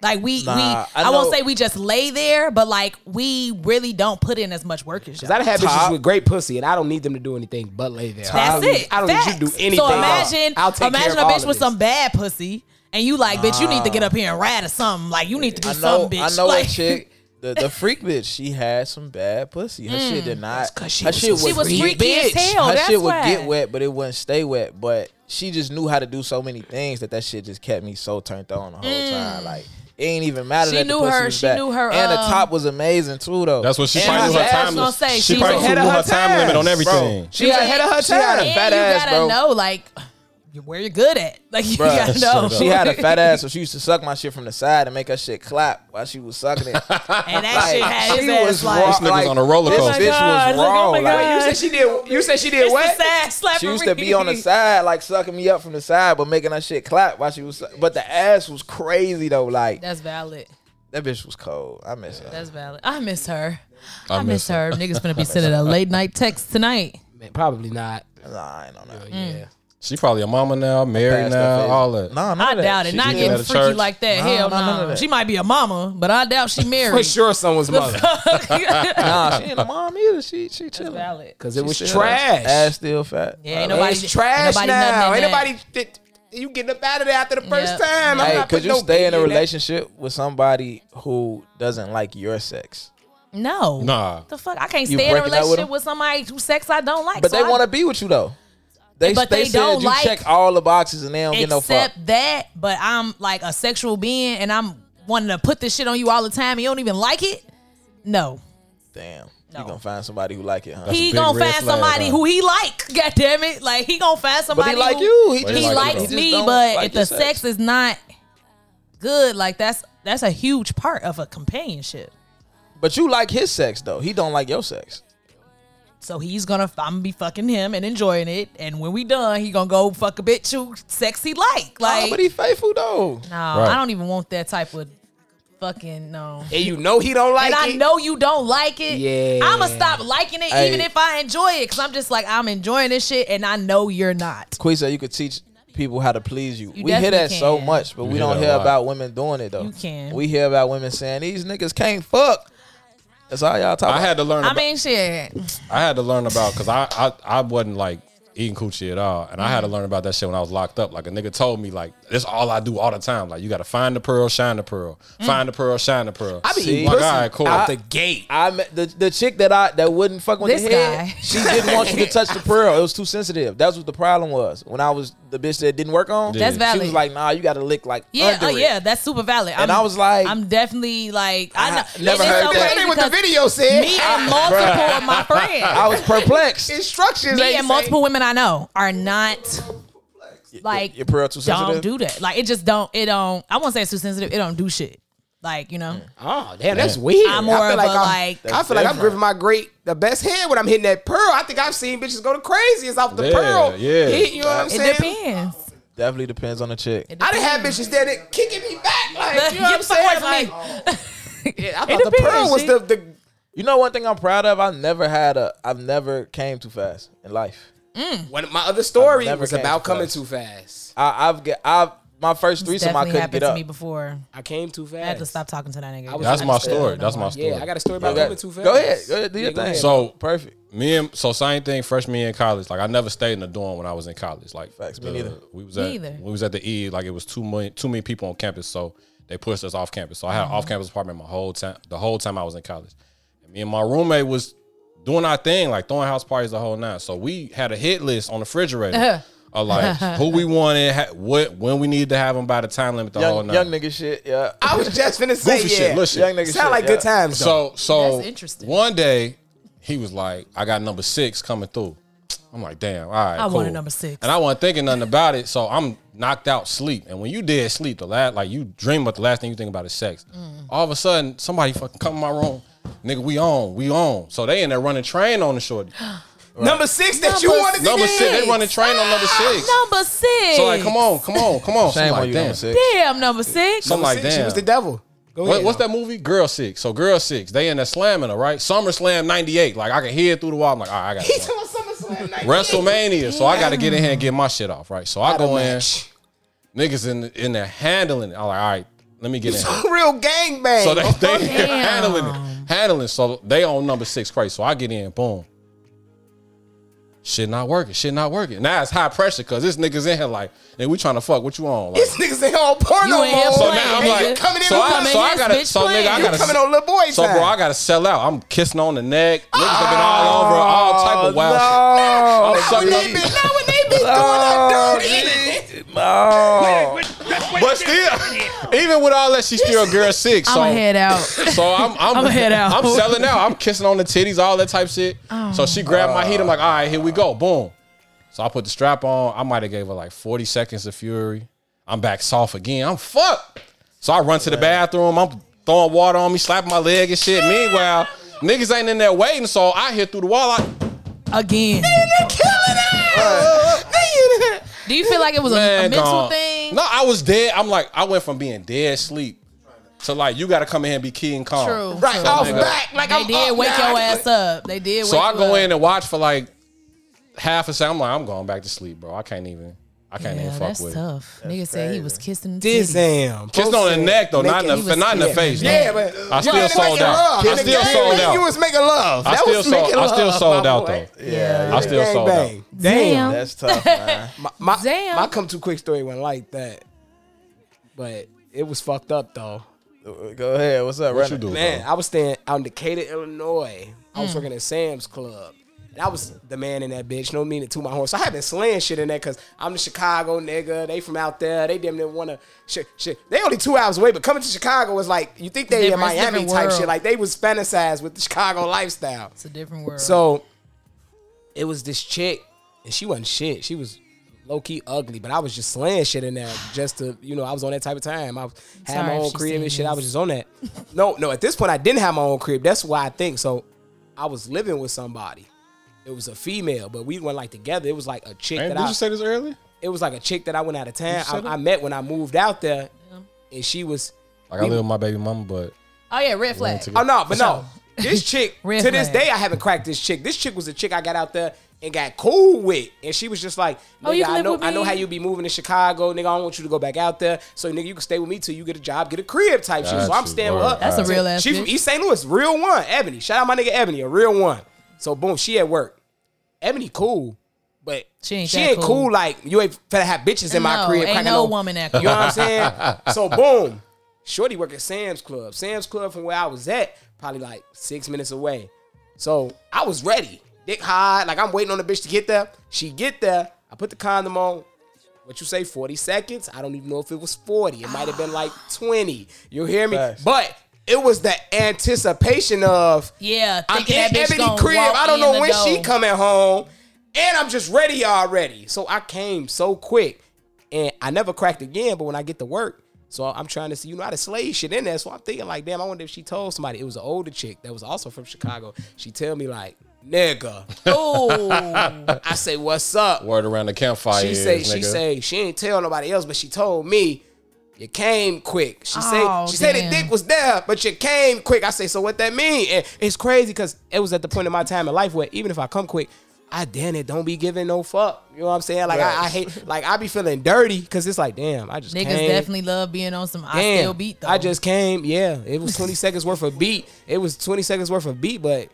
Like we,
Nah,
we,
I
I, won't
know-
say we just lay there, but like we really don't put in as much work as y'all.
Cause I done had bitches
Top.
with great pussy, and I don't need them to do anything but lay there. I
That's
don't
it.
Need, I don't need you to do
Facts.
anything.
So imagine,
I'll take care
imagine
of
a
all
bitch
of
with
this.
some bad pussy, and you like, bitch, you need to get up here and rat or something. Like you need to do
I know,
something, bitch.
I know
like,
a chick. The, the freak bitch, she had some bad pussy. Her shit did not.
'cause she
her
was
shit
a
was,
She was
Freak
freaky as
bitch.
hell.
her
that's
shit would
why.
get wet, but it wouldn't stay wet. But she just knew how to do so many things that that shit just kept me so turned on the whole time. Like it ain't even matter.
She
that the
knew
pussy
her-
was
she
bad.
knew her,
And the
um,
top was amazing too, though.
That's what she
And
probably knew
her
her
ass-
time.
I was gonna say,
She,
she
probably
was
knew
ahead
her
of
time,
her time.
limit on
Bro,
everything.
she was ahead of her
She
time.
had a fat ass, bro. You gotta know, like, where you're good at. Like you
Bruh,
gotta know.
straight
She had a fat ass, so she used to suck my shit from the side and make her shit clap while she was sucking it.
and that shit had his ass
raw,
like.
nigga was on a roller
this
coaster.
bitch
Oh my
was raw.
God, look, oh my
like,
God.
You said she did. You said she did
It's
what?
the sad slapper.
she used to be on the side, like sucking me up from the side, but making her shit clap while she was. Suck- but the ass was crazy though. Like
That's valid.
that bitch was cold. I miss her.
That's valid. I miss her.
I
I miss
miss
her. Niggas gonna be sending a late night text tonight.
Man, probably not. Oh,
Nah, I don't know.
Mm.
Yeah.
She probably a mama now, married
Past
now,
phase.
all that.
Nah, none
I
of that.
doubt it.
She
Not
did.
getting
At a
freaky
church?
like that.
No,
Hell
no, none
no.
of that.
She might be a mama, but I doubt she married.
For sure, someone's mother.
Nah, she ain't a mom either. She she chilling.
valid.
Because it was
She still-
trash.
Ass still fat.
Yeah, ain't
I
nobody-
love
It's trash
nobody nothing
now.
in
Ain't
that.
nobody. Th- you getting up out of there after the first
Yep.
time.
it.
I'm
Hey,
not
could
putting
you
no
stay in a
baby that.
relationship with somebody who doesn't like your sex?
No.
Nah.
The fuck? I can't
You
stay in
breaking
a
up with
relationship
him?
with somebody whose sex I don't like.
But
so
they
I-
want to be with you though. They,
But
they,
they
said
don't
you
like-
check all the boxes and they don't get no fuck.
accept that. But I'm like a sexual being, and I'm wanting to put this shit on you all the time, and you don't even like it. No,
Damn,
No.
you gonna find somebody who like it, huh?
he
big
gonna
red
find
flag,
somebody
huh?
who he like. God damn it! Like he gonna find
but
somebody.
he like
who-
you. He,
But
just
He
like
likes
you.
just
me,
don't
but
like
if
your
the sex is not good, like that's that's a huge part of a companionship.
But you like his sex though. He don't like your sex.
So he's gonna, I'm gonna be fucking him and enjoying it. And when we done, he gonna go fuck a bitch who sexy like. Like,
Nah, but he faithful though.
no,
Right.
I don't even want that type of fucking no.
And you know he don't like
And
it.
I know you don't like it.
Yeah.
I'ma stop liking it even
Hey.
if I enjoy it, cause I'm just like I'm enjoying this shit, and I know you're not.
Quisa, you could teach people how to please you.
You
we hear that
definitely
so
can.
much, but we
hear
don't
that a
hear
lot.
about women doing it though.
You can.
We hear about women saying these niggas can't fuck. That's all y'all talk.
I had to learn.
I
about-
mean, shit.
I had to learn about because I, I I wasn't like eating coochie at all, and I had to
Mm-hmm.
learn about that shit when I was locked up. Like a nigga told me, like this all I do all the time. Like you got to find the pearl, shine the pearl, find the pearl, shine the pearl.
Mm. I be
See?
eating
like,
pussy
all right, cool.
out the gate.
I met the the chick that I that wouldn't fuck with
This
the head.
guy.
She didn't want you to touch the pearl. It was too sensitive. That's what the problem was. When I was the bitch that it didn't work on,
That's
valid.
She was like, "Nah, you got to lick like
Yeah,
under
oh
it.
yeah, that's super valid.
And I was like-
I'm definitely like,
I
I, know.
never
it's
heard that.
so crazy
That ain't what the
because
video said.
Me and multiple of my friends,
I was perplexed.
Instructions.
me
ain't
and
say-
multiple women I know are not like
your pearl too sensitive.
don't do that. Like it just don't. It don't. I won't say it's too sensitive. It don't do shit. Like you know,
Oh damn, that's weird.
I'm more
I feel like
of a,
I'm,
like-
I
That's
feel like I'm
different.
gripping my great, the best head when I'm hitting that pearl. I think I've seen bitches go the craziest off the
Yeah,
pearl.
yeah.
hit, you know what I'm
it
saying?
depends.
Definitely depends on the chick.
I didn't have bitches that kicking me back, like you know what I'm
Get the fuck away
saying?
from
Like,
me.
I thought the pearl was the, the
You know one thing I'm proud of? I never had a I've never came too fast in life.
one of my other story
I never
was
came
about
too
coming
fast.
too fast.
I, I've get I've my first
It's
threesome I
definitely
couldn't
happened
get
to
up.
me before.
I came too fast.
I had to stop talking to that nigga.
I was-
That's
I
my
understand.
story. That's my story.
Yeah, I got a story about
Okay.
coming too fast.
Go ahead. Go ahead. Do your
Yeah, go
thing.
ahead.
So-
perfect.
me and so same thing freshman year in college. Like I never stayed in the dorm when I was in college. Like
Facts, me
the-
neither.
We was
Me
at
either.
we was at the E. Like it was too many too many people on campus, so they pushed us off campus. So I had off campus apartment my whole time the whole time I was in college. And me and my roommate was doing our thing, like throwing house parties the whole night. So we had a hit list on the refrigerator of like who we wanted, ha- what when we needed to have them by the time limit the whole
Young,
night.
young nigga shit. Yeah.
I was just finna say
Goofy
yeah.
shit, little shit.
Young nigga shit.
Sound like
yeah.
good times. Though.
So so
That's interesting.
One day he was like, I got number six coming through. I'm like, damn, all right.
I
cool.
wanted number six.
And I wasn't thinking nothing about it. So I'm knocked out sleep. And when you did sleep, the last like you dream about the last thing you think about is sex.
Mm.
All of a sudden, somebody fucking come in my room. Nigga, we on, we on. So they in there running train on the shorty.
Number six that you
Number
wanted to
Number
get?
six, they running train on number
Ah,
six.
number six.
So like, come on, come on, come on. So I'm
Shame
like,
on you,
damn.
number six.
Damn, number six.
So I'm like,
Six, She
damn.
was the devil. Go
What-
ahead.
what's that movie? Girl Six. So Girl Six, they in there slamming her, right? Summer Slam '98. Like I can hear it through the wall. I'm like, all right, I got
He
it.
talking about SummerSlam 98.
WrestleMania. So I got to get in here and get my shit off, right? So I
Ladder
go in,
match.
niggas in in there handling it. I'm like, all right, let me get in. Here.
Real gangbang.
So they, they
Damn.
handling it, handling. So they on number six crazy. So I get in, boom. Shit not working. Shit not working. Now it's high pressure because this niggas in here like, nigga, we trying to fuck. What you on? Like,
These niggas ain't on porno
You ain't here
mode.
so
playing,
now I'm
And
like,
you coming in
so
on
I,
coming
so
in
I
this
gotta,
bitch
so nigga, I
playing.
you
gotta,
coming on little boy
So
time. Oh,
bro, I gotta sell out. I'm kissing on the neck. Niggas have been all over all type of wild
Oh,
shit. I'm sucking
They be-
up.
now when they be doing
Oh,
that dirty.
nigga. No.
Oh. But still, even with all that, she's still a girl six. So
I'ma head out.
So I'm I'm,
I'ma head out.
I'm selling out. I'm kissing on the titties, all that type shit. So she grabbed my heat. I'm like, all right, here we go. Boom. So I put the strap on. I might have gave her like 40 seconds of fury. I'm back soft again. I'm fucked. So I run to the bathroom. I'm throwing water on me, slapping my leg and shit. Meanwhile, niggas ain't in there waiting. So I hit through the wall. I,
again. Do you feel like it was a, a
Man,
mental
gone.
thing?
No, I was dead. I'm like, I went from being dead asleep to like, you got to come in here and be key and calm.
True.
Right,
true.
I was
nigga.
back. Like
They
I'm
did
up
wake
now.
your ass up. They did.
So
wake
I
you
go
up.
in and watch for like half a second. I'm like, I'm going back to sleep, bro. I can't even. I can't
Yeah,
even fuck
that's
with. it.
tough. Nigga said he was kissing the
This
titties.
damn.
Kissed on the neck though, not in the
he was-
f- not in the
yeah.
face.
Yeah,
man.
but
I
you
still
was
sold
making
out.
love.
I
In the
still
game,
sold
You
out.
was making love.
I
that
still
was
sold.
making
I
love.
still sold
my
out
boy.
though.
Yeah,
I still sold out.
Bang. Damn.
Damn.
that's tough, man.
My, my,
Damn.
my come too quick story went like that. But it was fucked up though.
Go ahead. What's up,
What you
Renner?
do,
Man, I was staying out in Decatur, Illinois. I
Mm.
was working at Sam's Club. And I was the man in that bitch. No meaning to my horse. So I have been slaying shit in there because I'm the Chicago nigga. They from out there. They damn near want to shit. Shit. They only two hours away, but coming to Chicago was like you think they in
Different- it's
Miami
different
type
world.
shit. Like they was fantasized with the Chicago lifestyle.
It's a different world.
So it was this chick, and she wasn't shit. She was low key ugly, but I was just slaying shit in there just to, you know, I was on that type of time. I was, had
Sorry
my
if
own
she's
crib
seeing
and shit. I
this.
was just on that. no, no, at this point, I didn't have my own crib. That's why I think. So I was living with somebody. It was a female, but we weren't like together. It was like a chick
Hey,
that
did
I
you say this early?
it was like a chick that I went out of town.
you say that?
I, I met when I moved out there, and she was
Like I live with my baby mama, but
oh yeah, red flag.
together.
Oh no, but no. This chick
Red
to this
flag.
day I haven't cracked this chick. This chick was a chick I got out there and got cool with. And she was just like,
Oh, you
nigga,
can
I
live
know
with
I know
me.
how you be moving to Chicago, nigga. I don't want you to go back out there. So nigga, you can stay with me till you get a job, get a crib type shit.
Got
So I'm
you.
staying with
Word.
her.
That's a
Alright.
real ass.
She
bitch.
from East St. Louis, real one, Ebony. Shout out my nigga Ebony, a real one. So boom, she at work. Ebony cool, but
She ain't that
cool.
cool.
like you ain't finna have bitches in my
No,
crib.
ain't
cracking
no woman that cool.
You know what I'm saying? so boom, Shorty work at Sam's Club. Sam's Club from where I was at, probably like six minutes away. So I was ready, dick high, like I'm waiting on the bitch to get there. She get there, I put the condom on. What you say, 40 seconds? I don't even know if it was 40. It might have been like 20. You hear me?
Facts.
But it was the anticipation of
yeah,
I'm
thinking
in
that bitch
Ebony
gonna
crib.
walk
I don't
in
know
the
when
door.
she coming home, and I'm just ready already. So I came so quick, and I never cracked again. But when I get to work, so I'm trying to see, you know, how to slay shit in there. So I'm thinking like, damn, I wonder if she told somebody. It was an older chick that was also from Chicago. She tell me like, nigga.
Ooh,
I say, what's up?
Word around the campfire.
She
is,
say, she
nigga.
say, she ain't tell nobody else, but she told me. You came quick. She
Oh,
say she said
damn.
the dick was there, but you came quick. I say, so what that mean? And it's crazy because it was at the point in my time in life where even if I come quick, I damn it, don't be giving no fuck. You know what I'm saying? Like I, I
Right.
hate, like I be feeling dirty because it's like, damn, I just
niggas
came.
definitely love being on some. I
Damn,
still beat though.
I just came. Yeah, it was 20 seconds worth of beat. It was 20 seconds worth of beat, but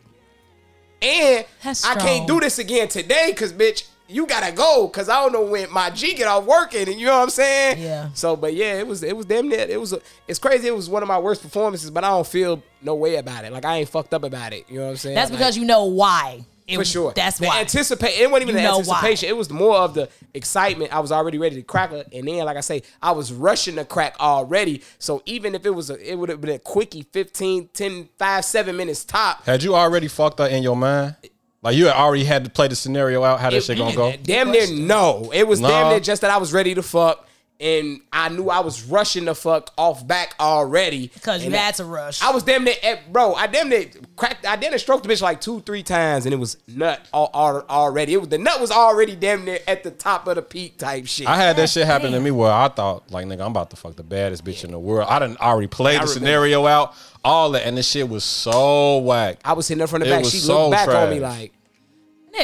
and
That's
I
strong.
can't do this again today because bitch, you gotta go because I don't know when my G get off working, and you know what I'm saying?
Yeah.
So, but yeah, it was it was damn near it was a, it's crazy. It was one of my worst performances, but I don't feel no way about it. Like I ain't fucked up about it. You know what I'm saying?
that's
Like,
because you know why. It
for
was-
sure.
That's
the
why.
Anticipate. It wasn't even
You
the
know why.
anticipation. It was more of the excitement. I was already ready to crack her, and then like I say, I was rushing the crack already. So even if it was, a, it would have been a quickie 15, 10, 5, 7 minutes top.
had you already fucked her in your mind? Like you had already had to play the scenario out how that shit gonna go.
Damn near no. It was damn
Nah.
near just that I was ready to fuck, and I knew I was rushing the fuck off back already.
Because you
And I-
had to rush.
I was damn near, eh, bro. I damn near cracked. I damn near stroked the bitch like two, three times, and it was nut al- al- already. It was the nut was already damn near at the top of the peak type shit.
I had that shit happen to me where I thought, like, nigga, I'm about to fuck the baddest bitch in the world. I done already played the
remember.
scenario out, all that, and this shit was so whack.
I was hitting her from the
It
back.
was
She
so
looked back on me
trash.
like,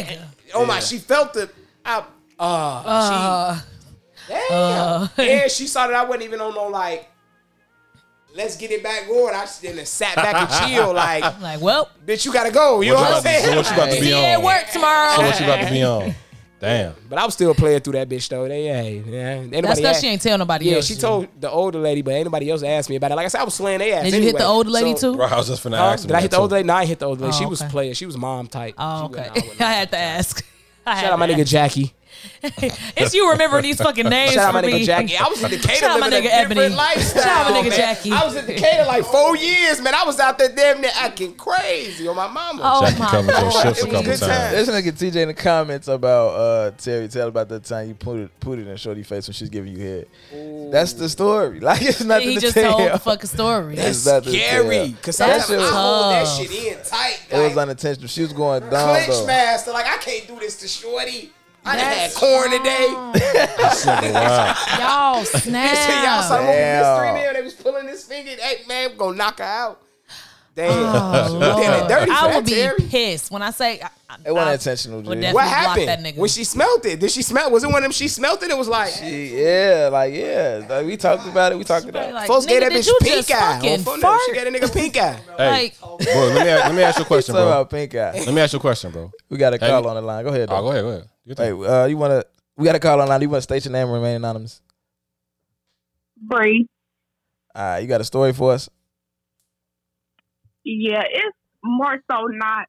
nigga.
oh my, she felt the. I, uh,
Uh,
she, damn. and she saw that I wasn't even on no like. Let's get it back going. I just then sat back and chill like,
Like, well,
bitch, you gotta go. You
What
know
you
what I'm saying?
about to- so what you about to
see
be
you at
on?
work tomorrow.
So what you about to be on? Damn.
But I'm still playing through that bitch though. They, hey, yeah, ain't
that's
nobody
because
ask-
she ain't tell nobody
Yeah,
else.
she
shit.
told the older lady, but anybody else asked me about it. Like I said, I was slaying their ass.
Did you hit
anyway.
the older lady
So-
too?
Bro, I was just finna
Huh?
ask him.
Did I
that
hit the
too.
older lady? No, I ain't hit the older lady.
Oh,
she was
okay.
player. She was mom type.
Oh,
She wasn't-
okay.
I wasn't-
I had to ask. I had
Shout out my
to
nigga
ask.
Jackie.
it's you remembering these fucking names
Shout out
for
my
me.
nigga Jackie. I was in Decatur
Shout out my
living a
nigga
different
Ebony.
lifestyle.
Shout out my nigga
man.
Jackie.
I was in Decatur like four years, man. I was out there damn near acting crazy on my mama.
Oh
Jackie
my
covered your
Lord.
shifts
It
a
was
couple
good times.
times.
There's a nigga TJ in the comments about uh, Terry tell about the time you put put it in Shorty face when she's giving you head. That's the story. Like it's nothing
He
to
just
tell.
told the fucking story.
That's-
It's
nothing to
scary.
tell.
Cause
That
sometimes
shit was
I hold that
tough.
shit in tight.
it was
like,
unintentional. She was going down
clinch
though.
master. Like I can't do this to Shorty. I done had corn today.
Wow.
Shit, y'all saw
Y'all snap.
the movie Mystery
Damn.
Man. They was pulling his finger. Hey man, we gonna knock her out. Damn.
Oh,
Damn,
Lord.
it dirty for
I
that,
would be
Terry.
pissed when I say I, I,
It wasn't
I
intentional,
would
G.
definitely
What
block
happened
That nigga.
when she smelt it? Did she smell? Was it one of them? She smelt it. It was like
Yeah, like yeah, like, we talked about it. We talked about
Probably
it.
like,
folks
nigga,
gave that
did
bitch
you
pink
just
eye.
fucking
On phone number,
fart?
She gave a nigga pink eye.
Hey,
Like-
bro, let me let me ask you a question,
Talk
bro.
about pink eye.
Let me ask you a question, bro.
We got a
Hey.
call on the line. Go ahead.
Oh,
dog.
go ahead, go ahead. You
Hey,
think-
uh, you wanna? We got a call on the line. You wanna state your name and remain anonymous?
Bree.
All right, you got a story for us?
Yeah, it's more so not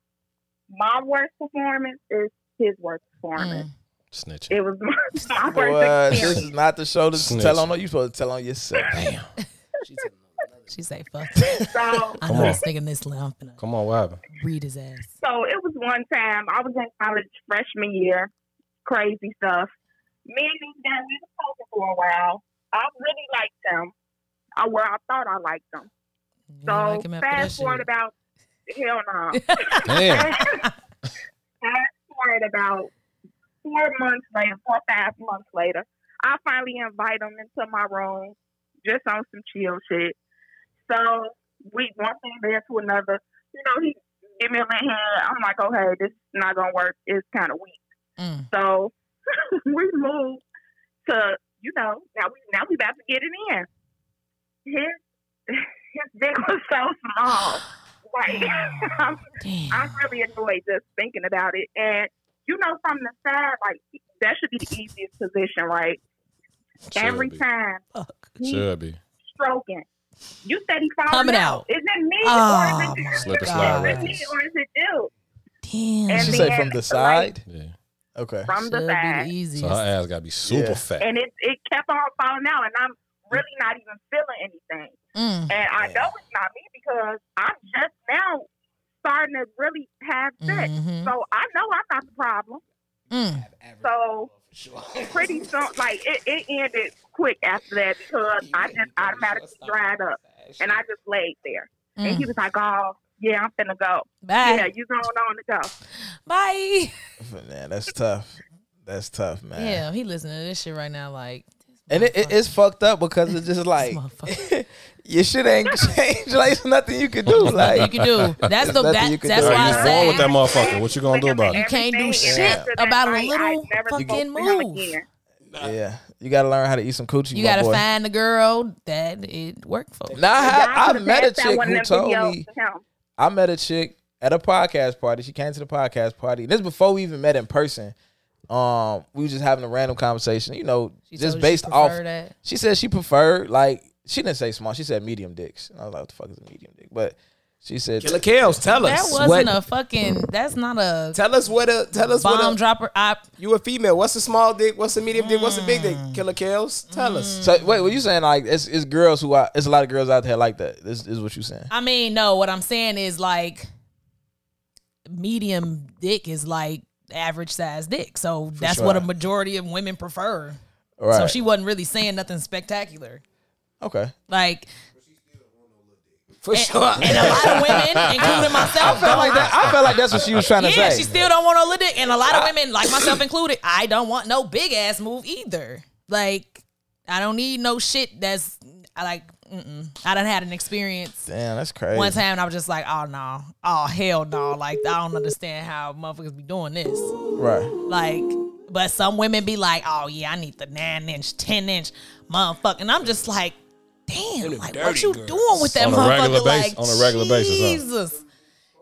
my worst performance, it's his worst performance.
Mm.
Snitching.
It was my, my
Boy,
worst
this
experience.
is not the show to
Snitch.
tell on. You supposed to tell on yourself.
Damn.
She say, "Fuck." it.
So,
I
Come
know
on.
this nigga in this lamp. I'm gonna
Come on, what happened?
read his ass.
so it was one time I was in college freshman year, crazy stuff. Me and these guys, we were talking for a while. I really liked them. I, well, I thought I liked them.
You
So,
don't like him after that
fast forward
shit.
about, hell no.
Damn.
fast forward about four months later, four five months later, I finally invite him into my room, just on some chill shit. So we one thing led to another. You know, he give me a little hand. I'm like, okay, this is not gonna work. It's kind of weak.
Mm.
So we moved to, you know, now we now we about to get it in. His his dick was so small. Like I'm
Damn.
I'm really annoyed just thinking about it. And you know, from the side, like that should be the easiest position, right? Every
Should be.
time
Fuck.
he's
Should be.
stroking, you said he falling
Coming
out.
out.
Is it me
Oh,
or is it
my
you?
Ah, Slip and
God.
slide
Is it
right.
me or is it you?
Damn.
And
She
the
said
end,
from the
like-
side.
Yeah.
Okay.
From the
Should
side,
be easy.
So her ass gotta be super
Yeah.
fat.
and it it kept on falling out, and I'm really not even feeling anything.
Mm.
And I
Yeah.
know it's not me because I'm just now starting to really have sex.
Mhm.
So I know I'm not the problem.
Mm.
So pretty soon, like it, it ended quick after that because I just automatically dried up and I just laid there. And he
Mm.
was like, "Oh, yeah, I'm finna go.
Bye.
Yeah, you going on to go."
Bye.
Man, that's tough. That's tough, man.
Yeah, he listening to this shit right now. Like,
And it, it, it's fucked up because it's just like
motherfucker.
your shit ain't changed. Like it's nothing you can do.
you
Like
can do. That's the
nothing
that,
you can
that's
do.
why
Are you
I
wrong
say
with that motherfucker? What you gonna do about it?
You can't do
Everything, and
shit
after that
about a
night, I
little
never spoke
fucking
to him
move.
again.
yeah, you gotta learn how to eat some coochie.
You
my
gotta
boy.
find the girl that it worked for.
Nah, I,
Y'all
had- I
could've
met a
passed out
chick
one of
who
them
told
videos
me
to him.
I met a chick at a podcast party. She came to the podcast party. This is before we even met in person. Um, we were just having a random conversation. You know,
She told
just
you
based
she
off
preferred That.
She said she preferred like she didn't say small. She said medium dicks. And I was like, what the fuck is a medium dick? But she said
Killer Kels, tell
that
us.
wasn't
what,
a fucking. That's not a
tell us what a tell us
bomb
what a,
dropper. I,
you a female. What's a small dick? What's a medium dick? What's a big dick?
Mm.
Killer Kels, tell us.
So wait, what you saying? Like it's, it's girls who I, it's a lot of girls out there like that. This is what you saying.
I mean, no. What I'm saying is like, medium dick is like average size dick. So that's what a
sure.
majority of women prefer.
Right.
So she wasn't really saying nothing spectacular.
okay.
Like
For sure.
and a lot of women, including myself,
I felt like that. I felt like that's what she was trying to
Yeah,
say.
she still don't want no little dick, and a lot of women, like myself included, I don't want no big ass move either. Like, I don't need no shit that's I like. Mm-mm. I done had an experience
Damn, that's crazy.
one time, and I was just like, oh no, oh hell no, like I don't understand how motherfuckers be doing this.
Right.
Like, but some women be like, oh yeah, I need the nine inch, ten inch, motherfucker, and I'm just like, damn, like what you doing with that
On a
motherfucker?
regular basis-
like,
on a regular basis, huh?
Jesus.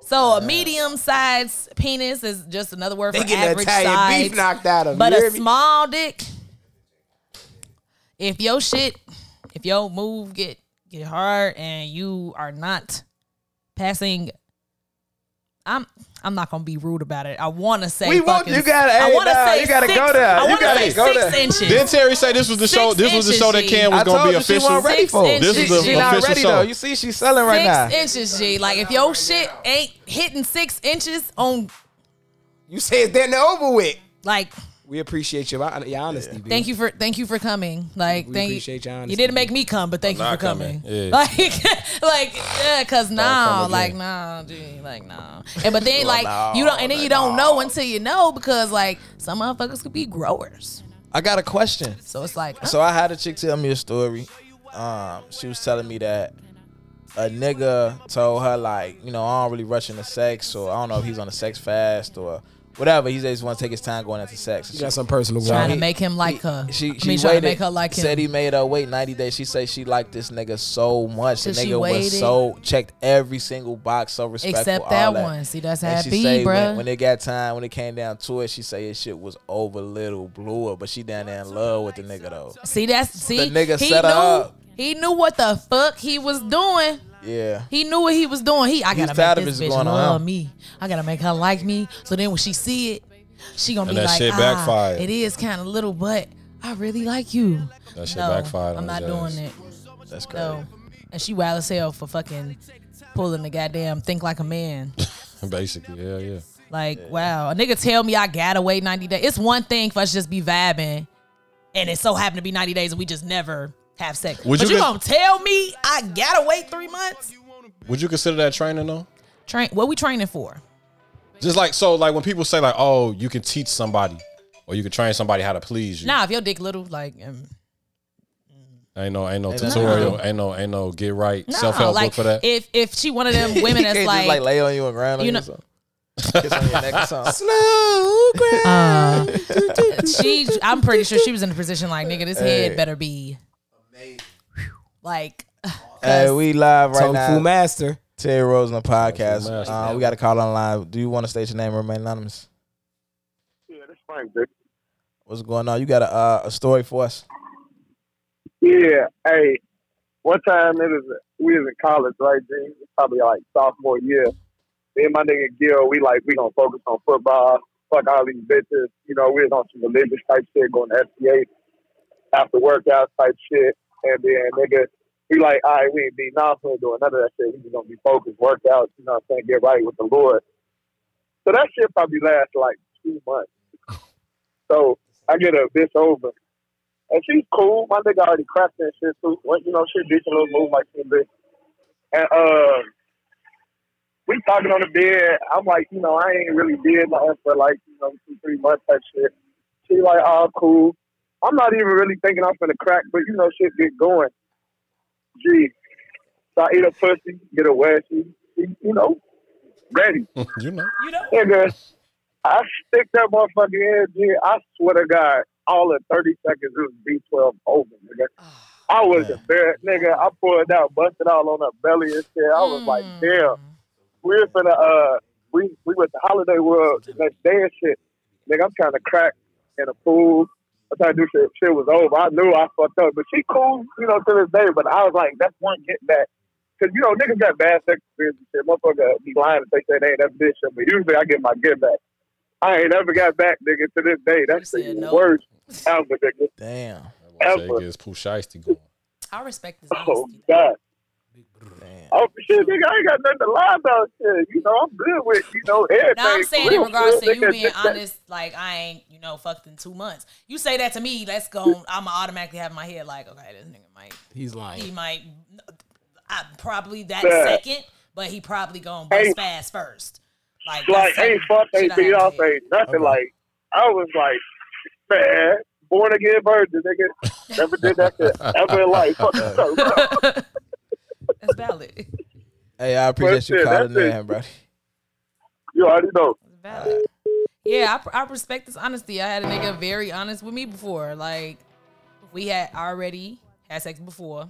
So a medium sized penis is just another word
they
for
getting
average
Italian
size.
beef knocked out of
but
you
a
hear me?
small dick, if your shit, if your move get get hard and you are not passing I'm I'm not gonna be rude about it. I want to say
We want-
fucking-
you gotta-
I
hey,
want to
nah,
say
you gotta
six-
go there.
I
You
want to
gotta
say
go
six
there.
inches.
Then Terry say this was the show. This was the
inches,
show that
G.
Cam was
I
gonna
told
be
you she
official.
wasn't ready
Six
for it.
inches.
This is the
she not
official
ready though.
show.
You see, she's selling right
six
now.
inches, G. Like if your shit ain't hitting six inches on,
You say it's then over with.
like
We appreciate your, hon- your honesty. B.
thank you for thank you for coming. Like
We
thank
appreciate
you.
your honesty.
You didn't make me come, but thank you for
not
coming.
coming. Yeah.
Like like yeah, cause now
come
like
again.
nah, G, like nah. And but then like you don't, and then you don't know until you know because like some motherfuckers could be growers.
I got a question.
So it's like
So I had a chick tell me a story. Um, she was telling me that a nigga told her like, you know, I don't really rush into sex, or I don't know if he's on a sex fast or whatever. He just want to take his time going into sex.
You got some personal
trying
growth.
to make him like her.
She,
I
she
mean,
waited,
trying to make her like him.
Said he made her wait 90 days. She said she liked this nigga so much. The
Till she
nigga was
waited.
so checked every single box, so respectful.
Except
all
that one. See, that's how
And
it
she
be,
say
bruh.
when, when it got time, when it came down to it, she said his shit was over little bluer, but she down there in love with the nigga though.
uh, See that's see
The nigga
he
set her
knew
up.
he knew what the fuck he was doing.
Yeah.
He knew what he was doing. He I
He's
gotta
tired of
make this
his
bitch
going on
love
him.
me. I gotta make her like me. So then when she see it, she gonna
And
be
that
like,
shit
ah,
backfired.
it is kind of little, but I really like you.
That shit
no,
backfired
I'm
on
not
his
doing
ass.
it.
That's crazy.
No. And she wild as hell for fucking pulling the goddamn think like a man.
Basically, yeah, yeah.
Like, wow, a nigga tell me I gotta wait 90 days. It's one thing for us just be vibing, and it so happened to be 90 days, and we just never have sex.
Would
but
you
you,
con-
gonna tell me I gotta wait three months?
Would you consider that training though?
Train, what we training for?
Just like so, like when people say like, "Oh, you can teach somebody, or you can train somebody how to please you."
Nah, if your dick little, like, um,
Ain't no, ain't no
Ain't nothing
tutorial.
to
Ain't no, ain't no get right
nah,
self help
like
book for that.
if if she one of them women
You
that's
can't
like,
just like lay on you and grind on
you
you,
know-
or something. Kiss on your neck or something.
Slow growth.
uh, she, I'm pretty sure she was in a position like, nigga, this
Hey.
head better be, like,
Hey, we live right
Kung Fu
now.
Master.
Terry Rose on the podcast.
Master.
Uh, we got to call online. Do you want to state your name or remain anonymous?
Yeah, that's fine, dude.
What's going on? You got a uh, a story for us?
Yeah, hey, one time it was we was in college, right, Gene? It's Probably like sophomore year. Me and my nigga Gil, we like we gonna focus on football. Fuck all these bitches, you know. We was on some religious type shit, going to FCA after workouts type shit, and then nigga, we like, all right, we ain't be nothing or doing none of that shit. We just gonna be focused, workouts, you know what I'm saying? Get right with the Lord. So that shit probably lasts like two months. So I get a bitch over. And she's cool. My nigga already cracked that shit too. Well, you know, she bitch a little move like she a bitch. And uh we talking on the bed. I'm like, you know, I ain't really did nothing for like, you know, two, three months type shit. She like, oh cool. I'm not even really thinking I'm gonna crack, but you know, shit get going. Gee. So I eat a pussy, get a wedgie, you know, ready.
you know,
you know,
Nigga, I stick that motherfucker in, G. I swear to God, all in 30 seconds, it was B12 over, nigga. I was embarrassed, nigga. I pulled out, busted all on her belly and shit. I was like,
Hmm.
damn. We were finna, uh, we, we went to Holiday World the next day and shit. Nigga, I'm trying to crack in a pool. I'm trying to do shit. Shit was over. I knew I fucked up. But she cool, you know, to this day. But I was like, that's one get back. Cause you know niggas got bad sex experience and shit. Motherfucker be lying if they say they ain't that bitch shit. But usually I get my get back. I ain't ever got back, nigga, to this day. That's
You
the
said no.
worst ever, nigga.
Damn.
it
Ever.
gets Pooh Shiesty going.
I respect this.
Oh
honesty.
god.
Damn.
Oh shit, nigga, I ain't got nothing to lie about. Shit, you know I'm good with you know everything.
No, I'm saying in
Real
regards to
shit,
you
nigga,
being
just that-
honest, like I ain't, you know, fucked in two months. You say that to me, let's go. I'm automatically have in my head like, okay, this nigga might,
He's
he
lying.
might, I probably that
Yeah.
second, but he probably gonna
Hey.
bust fast first. Like,
Like,
that's
ain't
something
fuck,
shit
ain't
I
beat
have
off,
in my head.
ain't nothing.
Okay.
Like I was like, man, born again virgin, nigga. Never did that shit ever in life. Fuck yourself.
That's valid.
Hey, I appreciate
That's
you
it,
calling
that's it.
in, bro.
You already know.
That's valid. Yeah, I, I respect this honesty. I had a nigga very honest with me before. Like, we had already had sex before,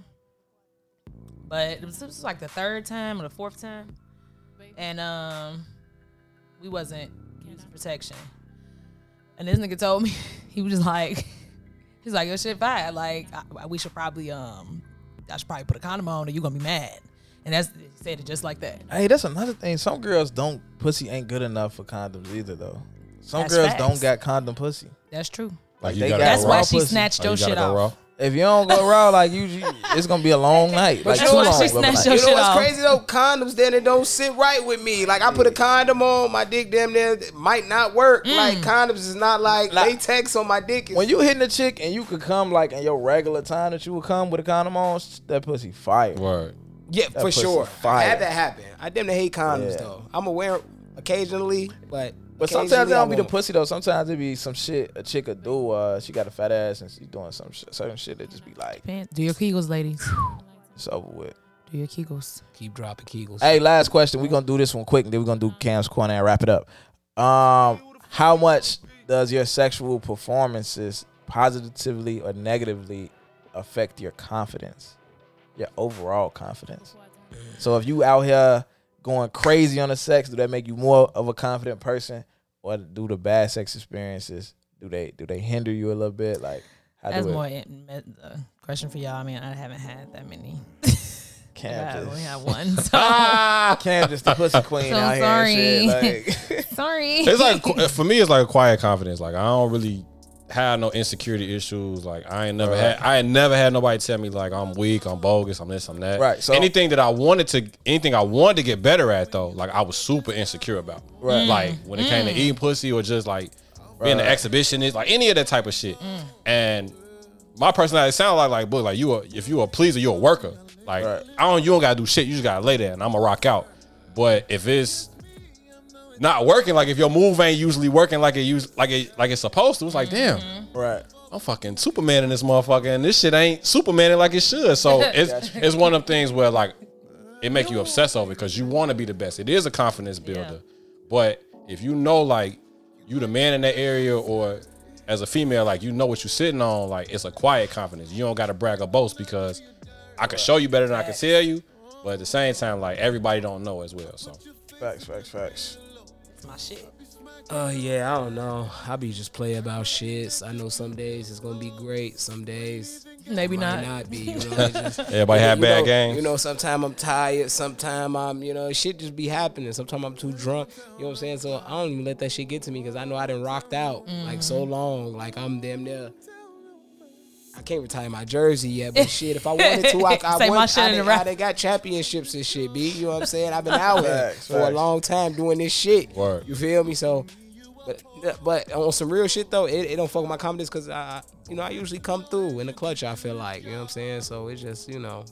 but it was, it was like the third time or the fourth time, and um, we wasn't using protection. And this nigga told me he was just like, he's like, your shit bad. Like, I, we should probably um, I should probably put a condom on, or you gonna be mad. And that's he said it just like that.
Hey, that's another thing. Some girls don't pussy ain't good enough for condoms either though. Some
That's
girls
facts.
don't got condom pussy.
That's true.
Like,
you
they
gotta
got-
go
That's why
raw
she
pussy.
snatched
Like,
your
you gotta
shit
go
off.
raw.
If you don't go raw, like you, you- it's gonna be a long night.
But
Like
you
too
know what?
long.
She
but,
snatched
like,
your
You know
shit
what's
off.
crazy though? Condoms then it don't sit right with me. Like I put a condom on, my dick damn near it might not work.
Mm.
Like condoms is not like,
Like-
latex on my dick. Is,
when you hitting a chick and you could come like in your regular time that you would come with a condom on, sh- that pussy fire.
Word.
yeah, for
pussy
sure. I
fire.
had that happen. I damn near hate condoms
Yeah.
though. I'm aware occasionally, but
But sometimes it don't be the
pussy.
pussy though. Sometimes it be some shit a chick could do. Uh, she got a fat ass and she doing some sh- certain shit that just be like
Man, Do your kegels, ladies.
it's over with.
Do your kegels.
Keep dropping kegels.
Hey, last question. We're gonna do this one quick, and then we're gonna do Cam's corner and wrap it up. Um, how much does your sexual performances positively or negatively affect your confidence, your overall confidence? So if you out here going crazy on the sex, do that make you more of a confident person, or do the bad sex experiences do they do they hinder you a little bit? Like how
That's
do it?
more in- me- uh, question for y'all. I mean, I haven't had that many. I
Cam
only
just,
had one. So
ah, Cam just the pussy queen
So
out here. And
sorry.
shit. Like,
sorry.
It's like for me, it's like a quiet confidence. Like I don't really have no insecurity issues. Like I ain't never had I ain't never had nobody tell me like I'm weak, I'm bogus, I'm this, I'm that.
Right, so-
anything that I wanted to anything I wanted to get better at though, like I was super insecure about.
Right. Mm.
Like when it came to eating pussy or just like being an exhibitionist, like any of that type of shit.
Mm.
And my personality sound like like boy, like you a if you a pleaser, you a worker. Like
Right.
I don't you don't gotta do shit, you just gotta lay there and I'ma rock out. But if it's not working, like if your move ain't usually working like it used like it like it's supposed to, it's like damn,
right.
I'm fucking Superman in this motherfucker, and this shit ain't Superman like it should. So it's it's one of them things where like it make you obsess over because you want to be the best. It is a confidence builder, but if you know like you the man in that area or as a female like you know what you sitting on, like it's a quiet confidence. You don't got to brag or boast because I can show you better than I can tell you. But at the same time, like everybody don't know as well. So
Facts, facts, facts.
It's my shit.
Uh, yeah, I don't know. I be just play about shits. I know some days it's gonna be great. Some days
Maybe
might
not.
not be. You know, it just,
everybody have
you
bad
know,
games.
You know, sometimes I'm tired. Sometimes I'm, you know, shit just be happening. Sometimes I'm too drunk. You know what I'm saying? So I don't even let that shit get to me because I know I done rocked out like so
Mm-hmm.
long. Like I'm damn near. I can't retire my jersey yet, but shit, if I wanted to, I, I
Say my
won.
shit
I
in
done-
the rap.
I done got championships and shit, b. You know what I'm saying? I've been out here
Facts,
for a
facts.
long time doing this shit.
Word.
You feel me? So, but but on some real shit though, it, it don't fuck with my confidence because I you know I usually come through in the clutch. I feel like you know what I'm saying. So it's just you know,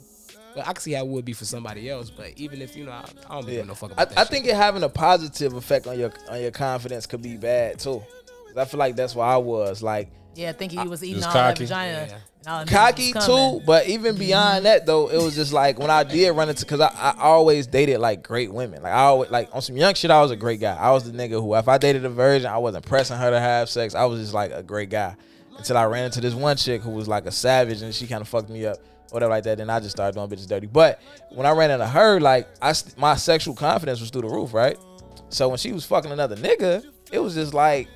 but I can see how it would be for somebody else. But even if you know, I, I don't be
Yeah.
doing no fuck
I,
about that.
I
shit.
think it having a positive effect on your on your confidence could be bad too. 'Cause I feel like that's why I was like
Yeah, thinking you was eating
was
all that
cocky.
vagina.
Yeah.
and all that
cocky
business coming.
too, but even beyond that though, it was just like when I did run into because I, I always dated like great women. Like I always like on some young shit, I was a great guy. I was the nigga who if I dated a virgin, I wasn't pressing her to have sex. I was just like a great guy until I ran into this one chick who was like a savage and she kind of fucked me up. Whatever like that, then I just started doing bitches dirty. But when I ran into her, like I, st- my sexual confidence was through the roof, right? So when she was fucking another nigga, it was just like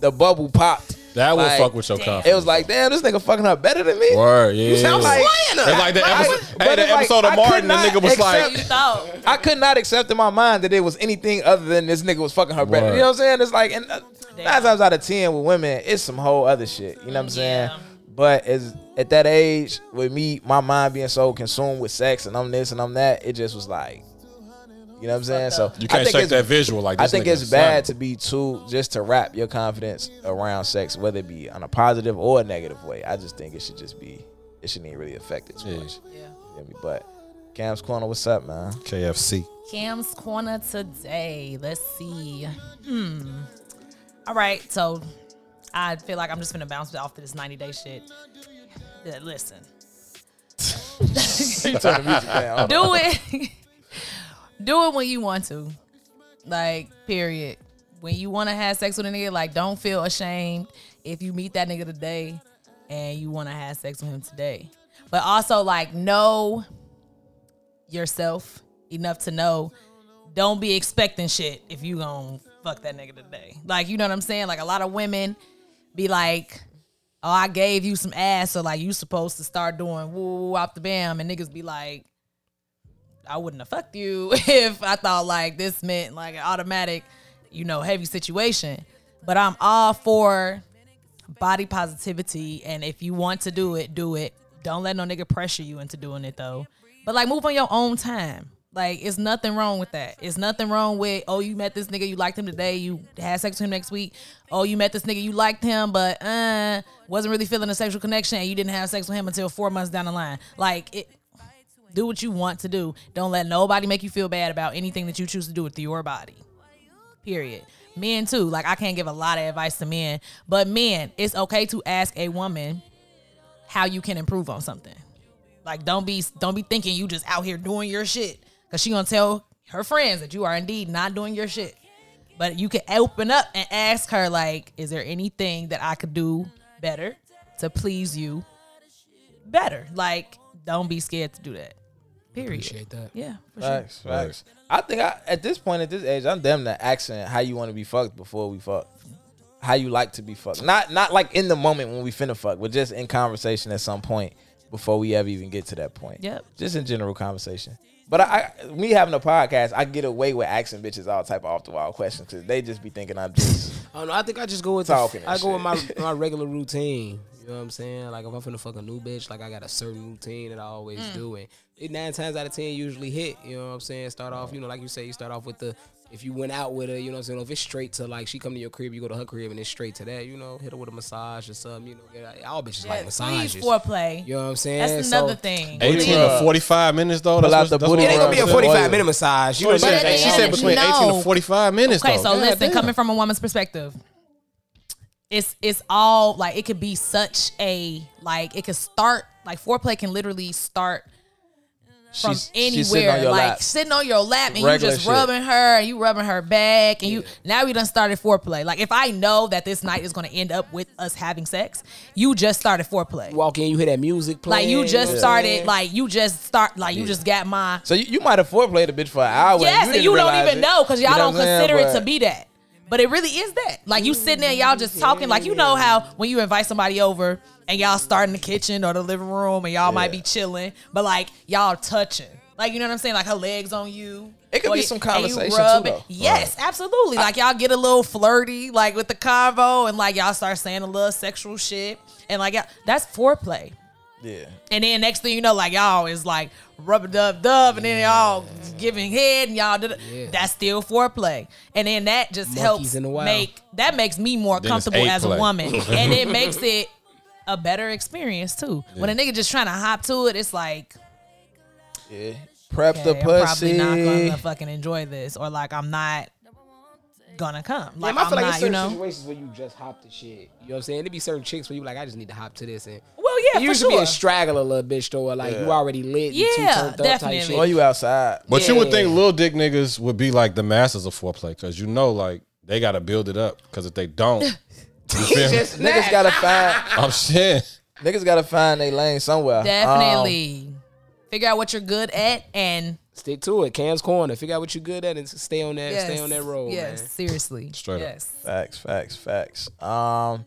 the bubble popped.
that would
Like,
fuck with your
damn.
confidence.
It was like, damn, this nigga fucking her better than me.
Word, yeah.
sound like-
it's like the
I-
episode,
but
hey, the
it's like,
episode
I
of
could
Martin. The
not
nigga was
accept-
like,
You thought.
I could not accept in my mind that it was anything other than this nigga was fucking her better.
Word.
You know what I'm saying? It's like, and uh,
Damn.
nine times out of ten with women, it's some whole other shit. You know what I'm saying?
Yeah.
But as at that age, with me, my mind being so consumed with sex and I'm this and I'm that, it just was like, you know what I'm saying? So
you
I
can't
think
shake
it's-
that visual. Like
I
this
think
nigga
it's
is
bad
slamming.
to be too just to wrap your confidence around sex, whether it be on a positive or a negative way. I just think it should just be it shouldn't even really affect it too
Yeah.
much.
Yeah.
You feel me? But Cam's corner, what's up, man?
KFC.
Cam's corner today. Let's see. Hmm. All right. So I feel like I'm just gonna bounce off to this 90 day shit. Yeah, Listen,
You turn the music down.
do it. do it when you want to. Like, period. When you want to have sex with a nigga, like, don't feel ashamed if you meet that nigga today and you want to have sex with him today. But also, like, know yourself enough to know don't be expecting shit if you gonna fuck that nigga today. Like, you know what I'm saying? Like, a lot of women be like, oh, I gave you some ass, so like, you supposed to start doing woo woo off the bam, and niggas be like, I wouldn't have fucked you if I thought like this meant like an automatic, you know, heavy situation. But I'm all for body positivity, and if you want to do it, do it. Don't let no nigga pressure you into doing it though. But like, move on your own time. Like, it's nothing wrong with that. It's nothing wrong with oh, you met this nigga, you liked him today, you had sex with him next week. Oh, you met this nigga, you liked him, but uh, wasn't really feeling a sexual connection, and you didn't have sex with him until four months down the line. Like it. Do what you want to do. Don't let nobody make you feel bad about anything that you choose to do with your body. Period. Men too. Like I can't give a lot of advice to men, but men, it's okay to ask a woman how you can improve on something. Like don't be don't be thinking you just out here doing your shit cuz she going to tell her friends that you are indeed not doing your shit. But you can open up and ask her like is there anything that I could do better to please you better? Like don't be scared to do that. Period.
Appreciate that.
Yeah, for sure.
Facts, facts. I think I, at this point, at this age, I'm damn near asking how you want to be fucked before we fuck. How you like to be fucked? Not not like in the moment when we finna fuck, but just in conversation at some point before we ever even get to that point.
Yep.
Just in general conversation. But I, I me having a podcast, I get away with asking bitches all type of off the wall questions because they just be thinking I'm just.
I don't know. I think I just go with
Talking
the,
and
I go with my
shit.
my regular routine. You know what I'm saying? Like if I'm finna fuck a new bitch, like I got a certain routine that I always
Mm.
do, and it nine times out of ten usually hit. You know what I'm saying? Start off, you know, like you say, you start off with the if you went out with her, you know what I'm saying? If it's straight to like she come to your crib, you go to her crib, and it's straight to that. You know, hit her with a massage or something. You know, get out- all bitches like massages.
Please foreplay.
you know what I'm saying?
That's
So-
another thing.
18 to 45 minutes though.
Pull out
That's
the
what, that's what
booty
It ain't gonna be a
Oil.
45 minute massage. You know what I'm
But
saying?
at the
she said
end,
between 18
no.
to 45 minutes
Okay,
though.
so
God
listen,
damn.
coming from a woman's perspective, it's it's all like it could be such a like it could start like foreplay can literally start from
She's-
anywhere,
she's sitting on your
like
lap.
sitting on your lap and
Regular
you just
shit.
rubbing her and you rubbing her back and you now we done started foreplay. Like if I know that this night is gonna end up with us having sex, you just started foreplay.
Walk in, you hear that music playing.
like you just
know what I'm
started,
saying?
like you just start, like you just got my
So you, you might have foreplayed a bitch for an hour. and
Yes, and
didn't
you don't
realize
even
it.
know because
You
y'all
know
don't
what I'm
consider
saying?
it to
But-
be that. But it really is that. Like you sitting there, y'all just talking. Like you know how when you invite somebody over and y'all start in the kitchen or the living room and y'all might be chilling, but like y'all touching. Like you know what I'm saying? Like her legs on you.
It could
Or
be
you-
some
and you
conversation, too,
rubbing.
though.
Yes, absolutely. Like y'all get a little flirty, like with the convo, and like y'all start saying a little sexual shit, and like y'all- that's foreplay.
Yeah.
And then next thing you know, like y'all is like rubber dub dub, and then y'all giving head, and y'all did that's still foreplay. And then that just
Monkeys
helps
in the wild.
make that makes me more
Then it's
comfortable as a
ape-play.
woman, and it makes it a better experience too. When a nigga just trying to hop to it, it's like
Yeah. Prep
okay,
the
I'm probably
pussy.
not gonna fucking enjoy this, or like I'm not gonna come. Like
Damn, I
I'm
feel like
not,
it's
you
certain
know.
situations where you just hop to shit. You know what I'm saying? There be certain chicks where you like, I just need to hop to this, and
Well, yeah,
you
for
usually
sure.
be a straggler, little bitch, though. Or like you already lit, you too
Yeah,
turned up
definitely.
type
Or
shit.
you outside.
But you would
Yeah.
think little dick niggas would be like the masters of foreplay because you know, like they got to build it up because if they don't, you feel me?
Just
Niggas
that.
gotta find
I'm saying
niggas gotta find their lane somewhere. Um,
Definitely figure out what you're good at and
stick to it. Cam's corner. Figure out what you good at and stay on that. Stay
Yes,
on that road,
Yes, seriously.
Straight up.
yes.
Um, facts, facts, facts. Um,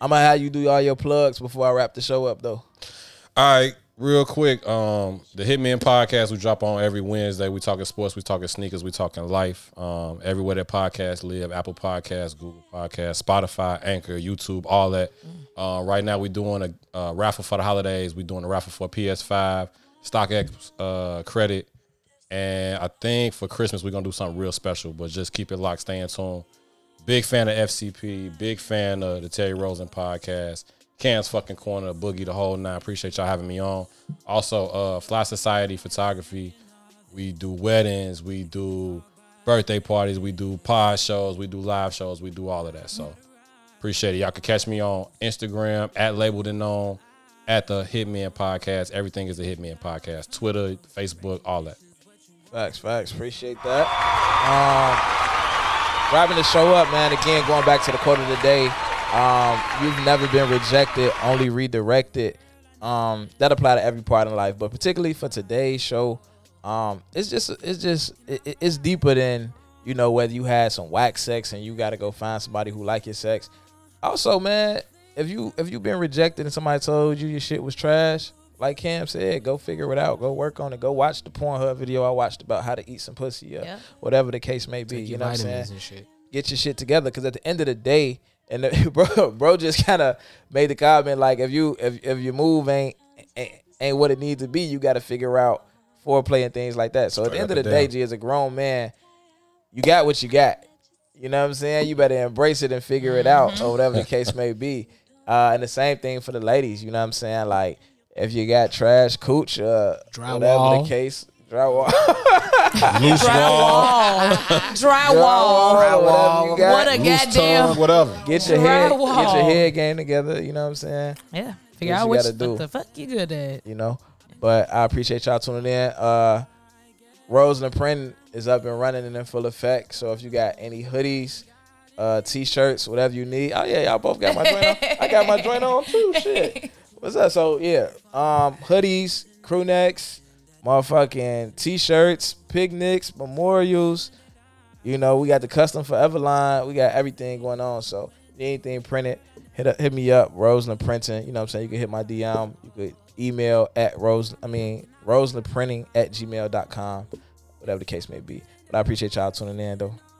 I'm gonna have you do all your plugs before I wrap the show up though.
All right, real quick. Um, the Hitman podcast we drop on every Wednesday. We talking sports, we talking sneakers, we talking life. Um, everywhere that podcasts live, Apple Podcasts, Google Podcasts, Spotify, Anchor, YouTube, all that. Uh, right now we doing a uh, raffle for the holidays. We doing a raffle for PS5, StockX uh, credit, and I think for Christmas we're gonna do something real special. But just keep it locked, stay in tune. Big fan of FCP. Big fan of the Terry Rosen podcast. Cam's fucking corner, Boogie the whole nine. Appreciate y'all having me on. Also, uh, Fly Society Photography. We do weddings. We do birthday parties. We do pod shows. We do live shows. We do all of that. So appreciate it. Y'all can catch me on Instagram at labeled and on at the Hitman Podcast. Everything is the Hitman Podcast. Twitter, Facebook, all that.
Facts, facts. Appreciate that. Um, wrapping the show up, man. Again, going back to the quote of the day. Um, you've never been rejected, only redirected. Um, that apply to every part of life, but particularly for today's show, um, it's just, it's just, it, it- it's deeper than you know whether you had some whack sex and you got to go find somebody who like your sex. Also, man, if you if you been rejected and somebody told you your shit was trash, like Cam said, go figure it out. Go work on it. Go watch the Pornhub video I watched about how to eat some pussy, or
Yeah.
whatever the case may be.
Take
you
your
know what I'm saying?
vitamins and shit.
get your shit together because at the end of the day and the, bro bro just kind of made the comment like if you if, if your move ain't, ain't ain't what it needs to be you got to figure out foreplay and things like that so at the
Straight
end of
up
the
and
day
down.
g as a grown man you got what you got you know what i'm saying you better embrace it and figure it out or whatever the case may be uh and the same thing for the ladies you know what i'm saying like if you got trash cooch uh whatever the
Drywall.
case drywall
Loose wall,
Drywall.
Drywall, whatever
Drywall.
you got.
What a
loose tongue,
goddamn.
whatever.
Get your head, get your
Drywall.
head game together. You know what I'm saying?
Yeah. Figure
What
out
you
what,
gotta do.
what the fuck you good at.
You know. But I appreciate y'all tuning in. Uh, Roseland Print is up and running and in full effect. So if you got any hoodies, uh, t-shirts, whatever you need. Oh yeah, y'all both got my joint on. I got my joint on too. Shit. What's up? So yeah, um, hoodies, crew necks, motherfucking t-shirts, picnics, memorials. You know, we got the custom forever line. We got everything going on. So anything printed, hit up, hit me up, Roseland Printing. You know what I'm saying? You can hit my DM. You could email at Rose I mean Roseland Printing at gmail.com, whatever the case may be. But I appreciate y'all tuning in though.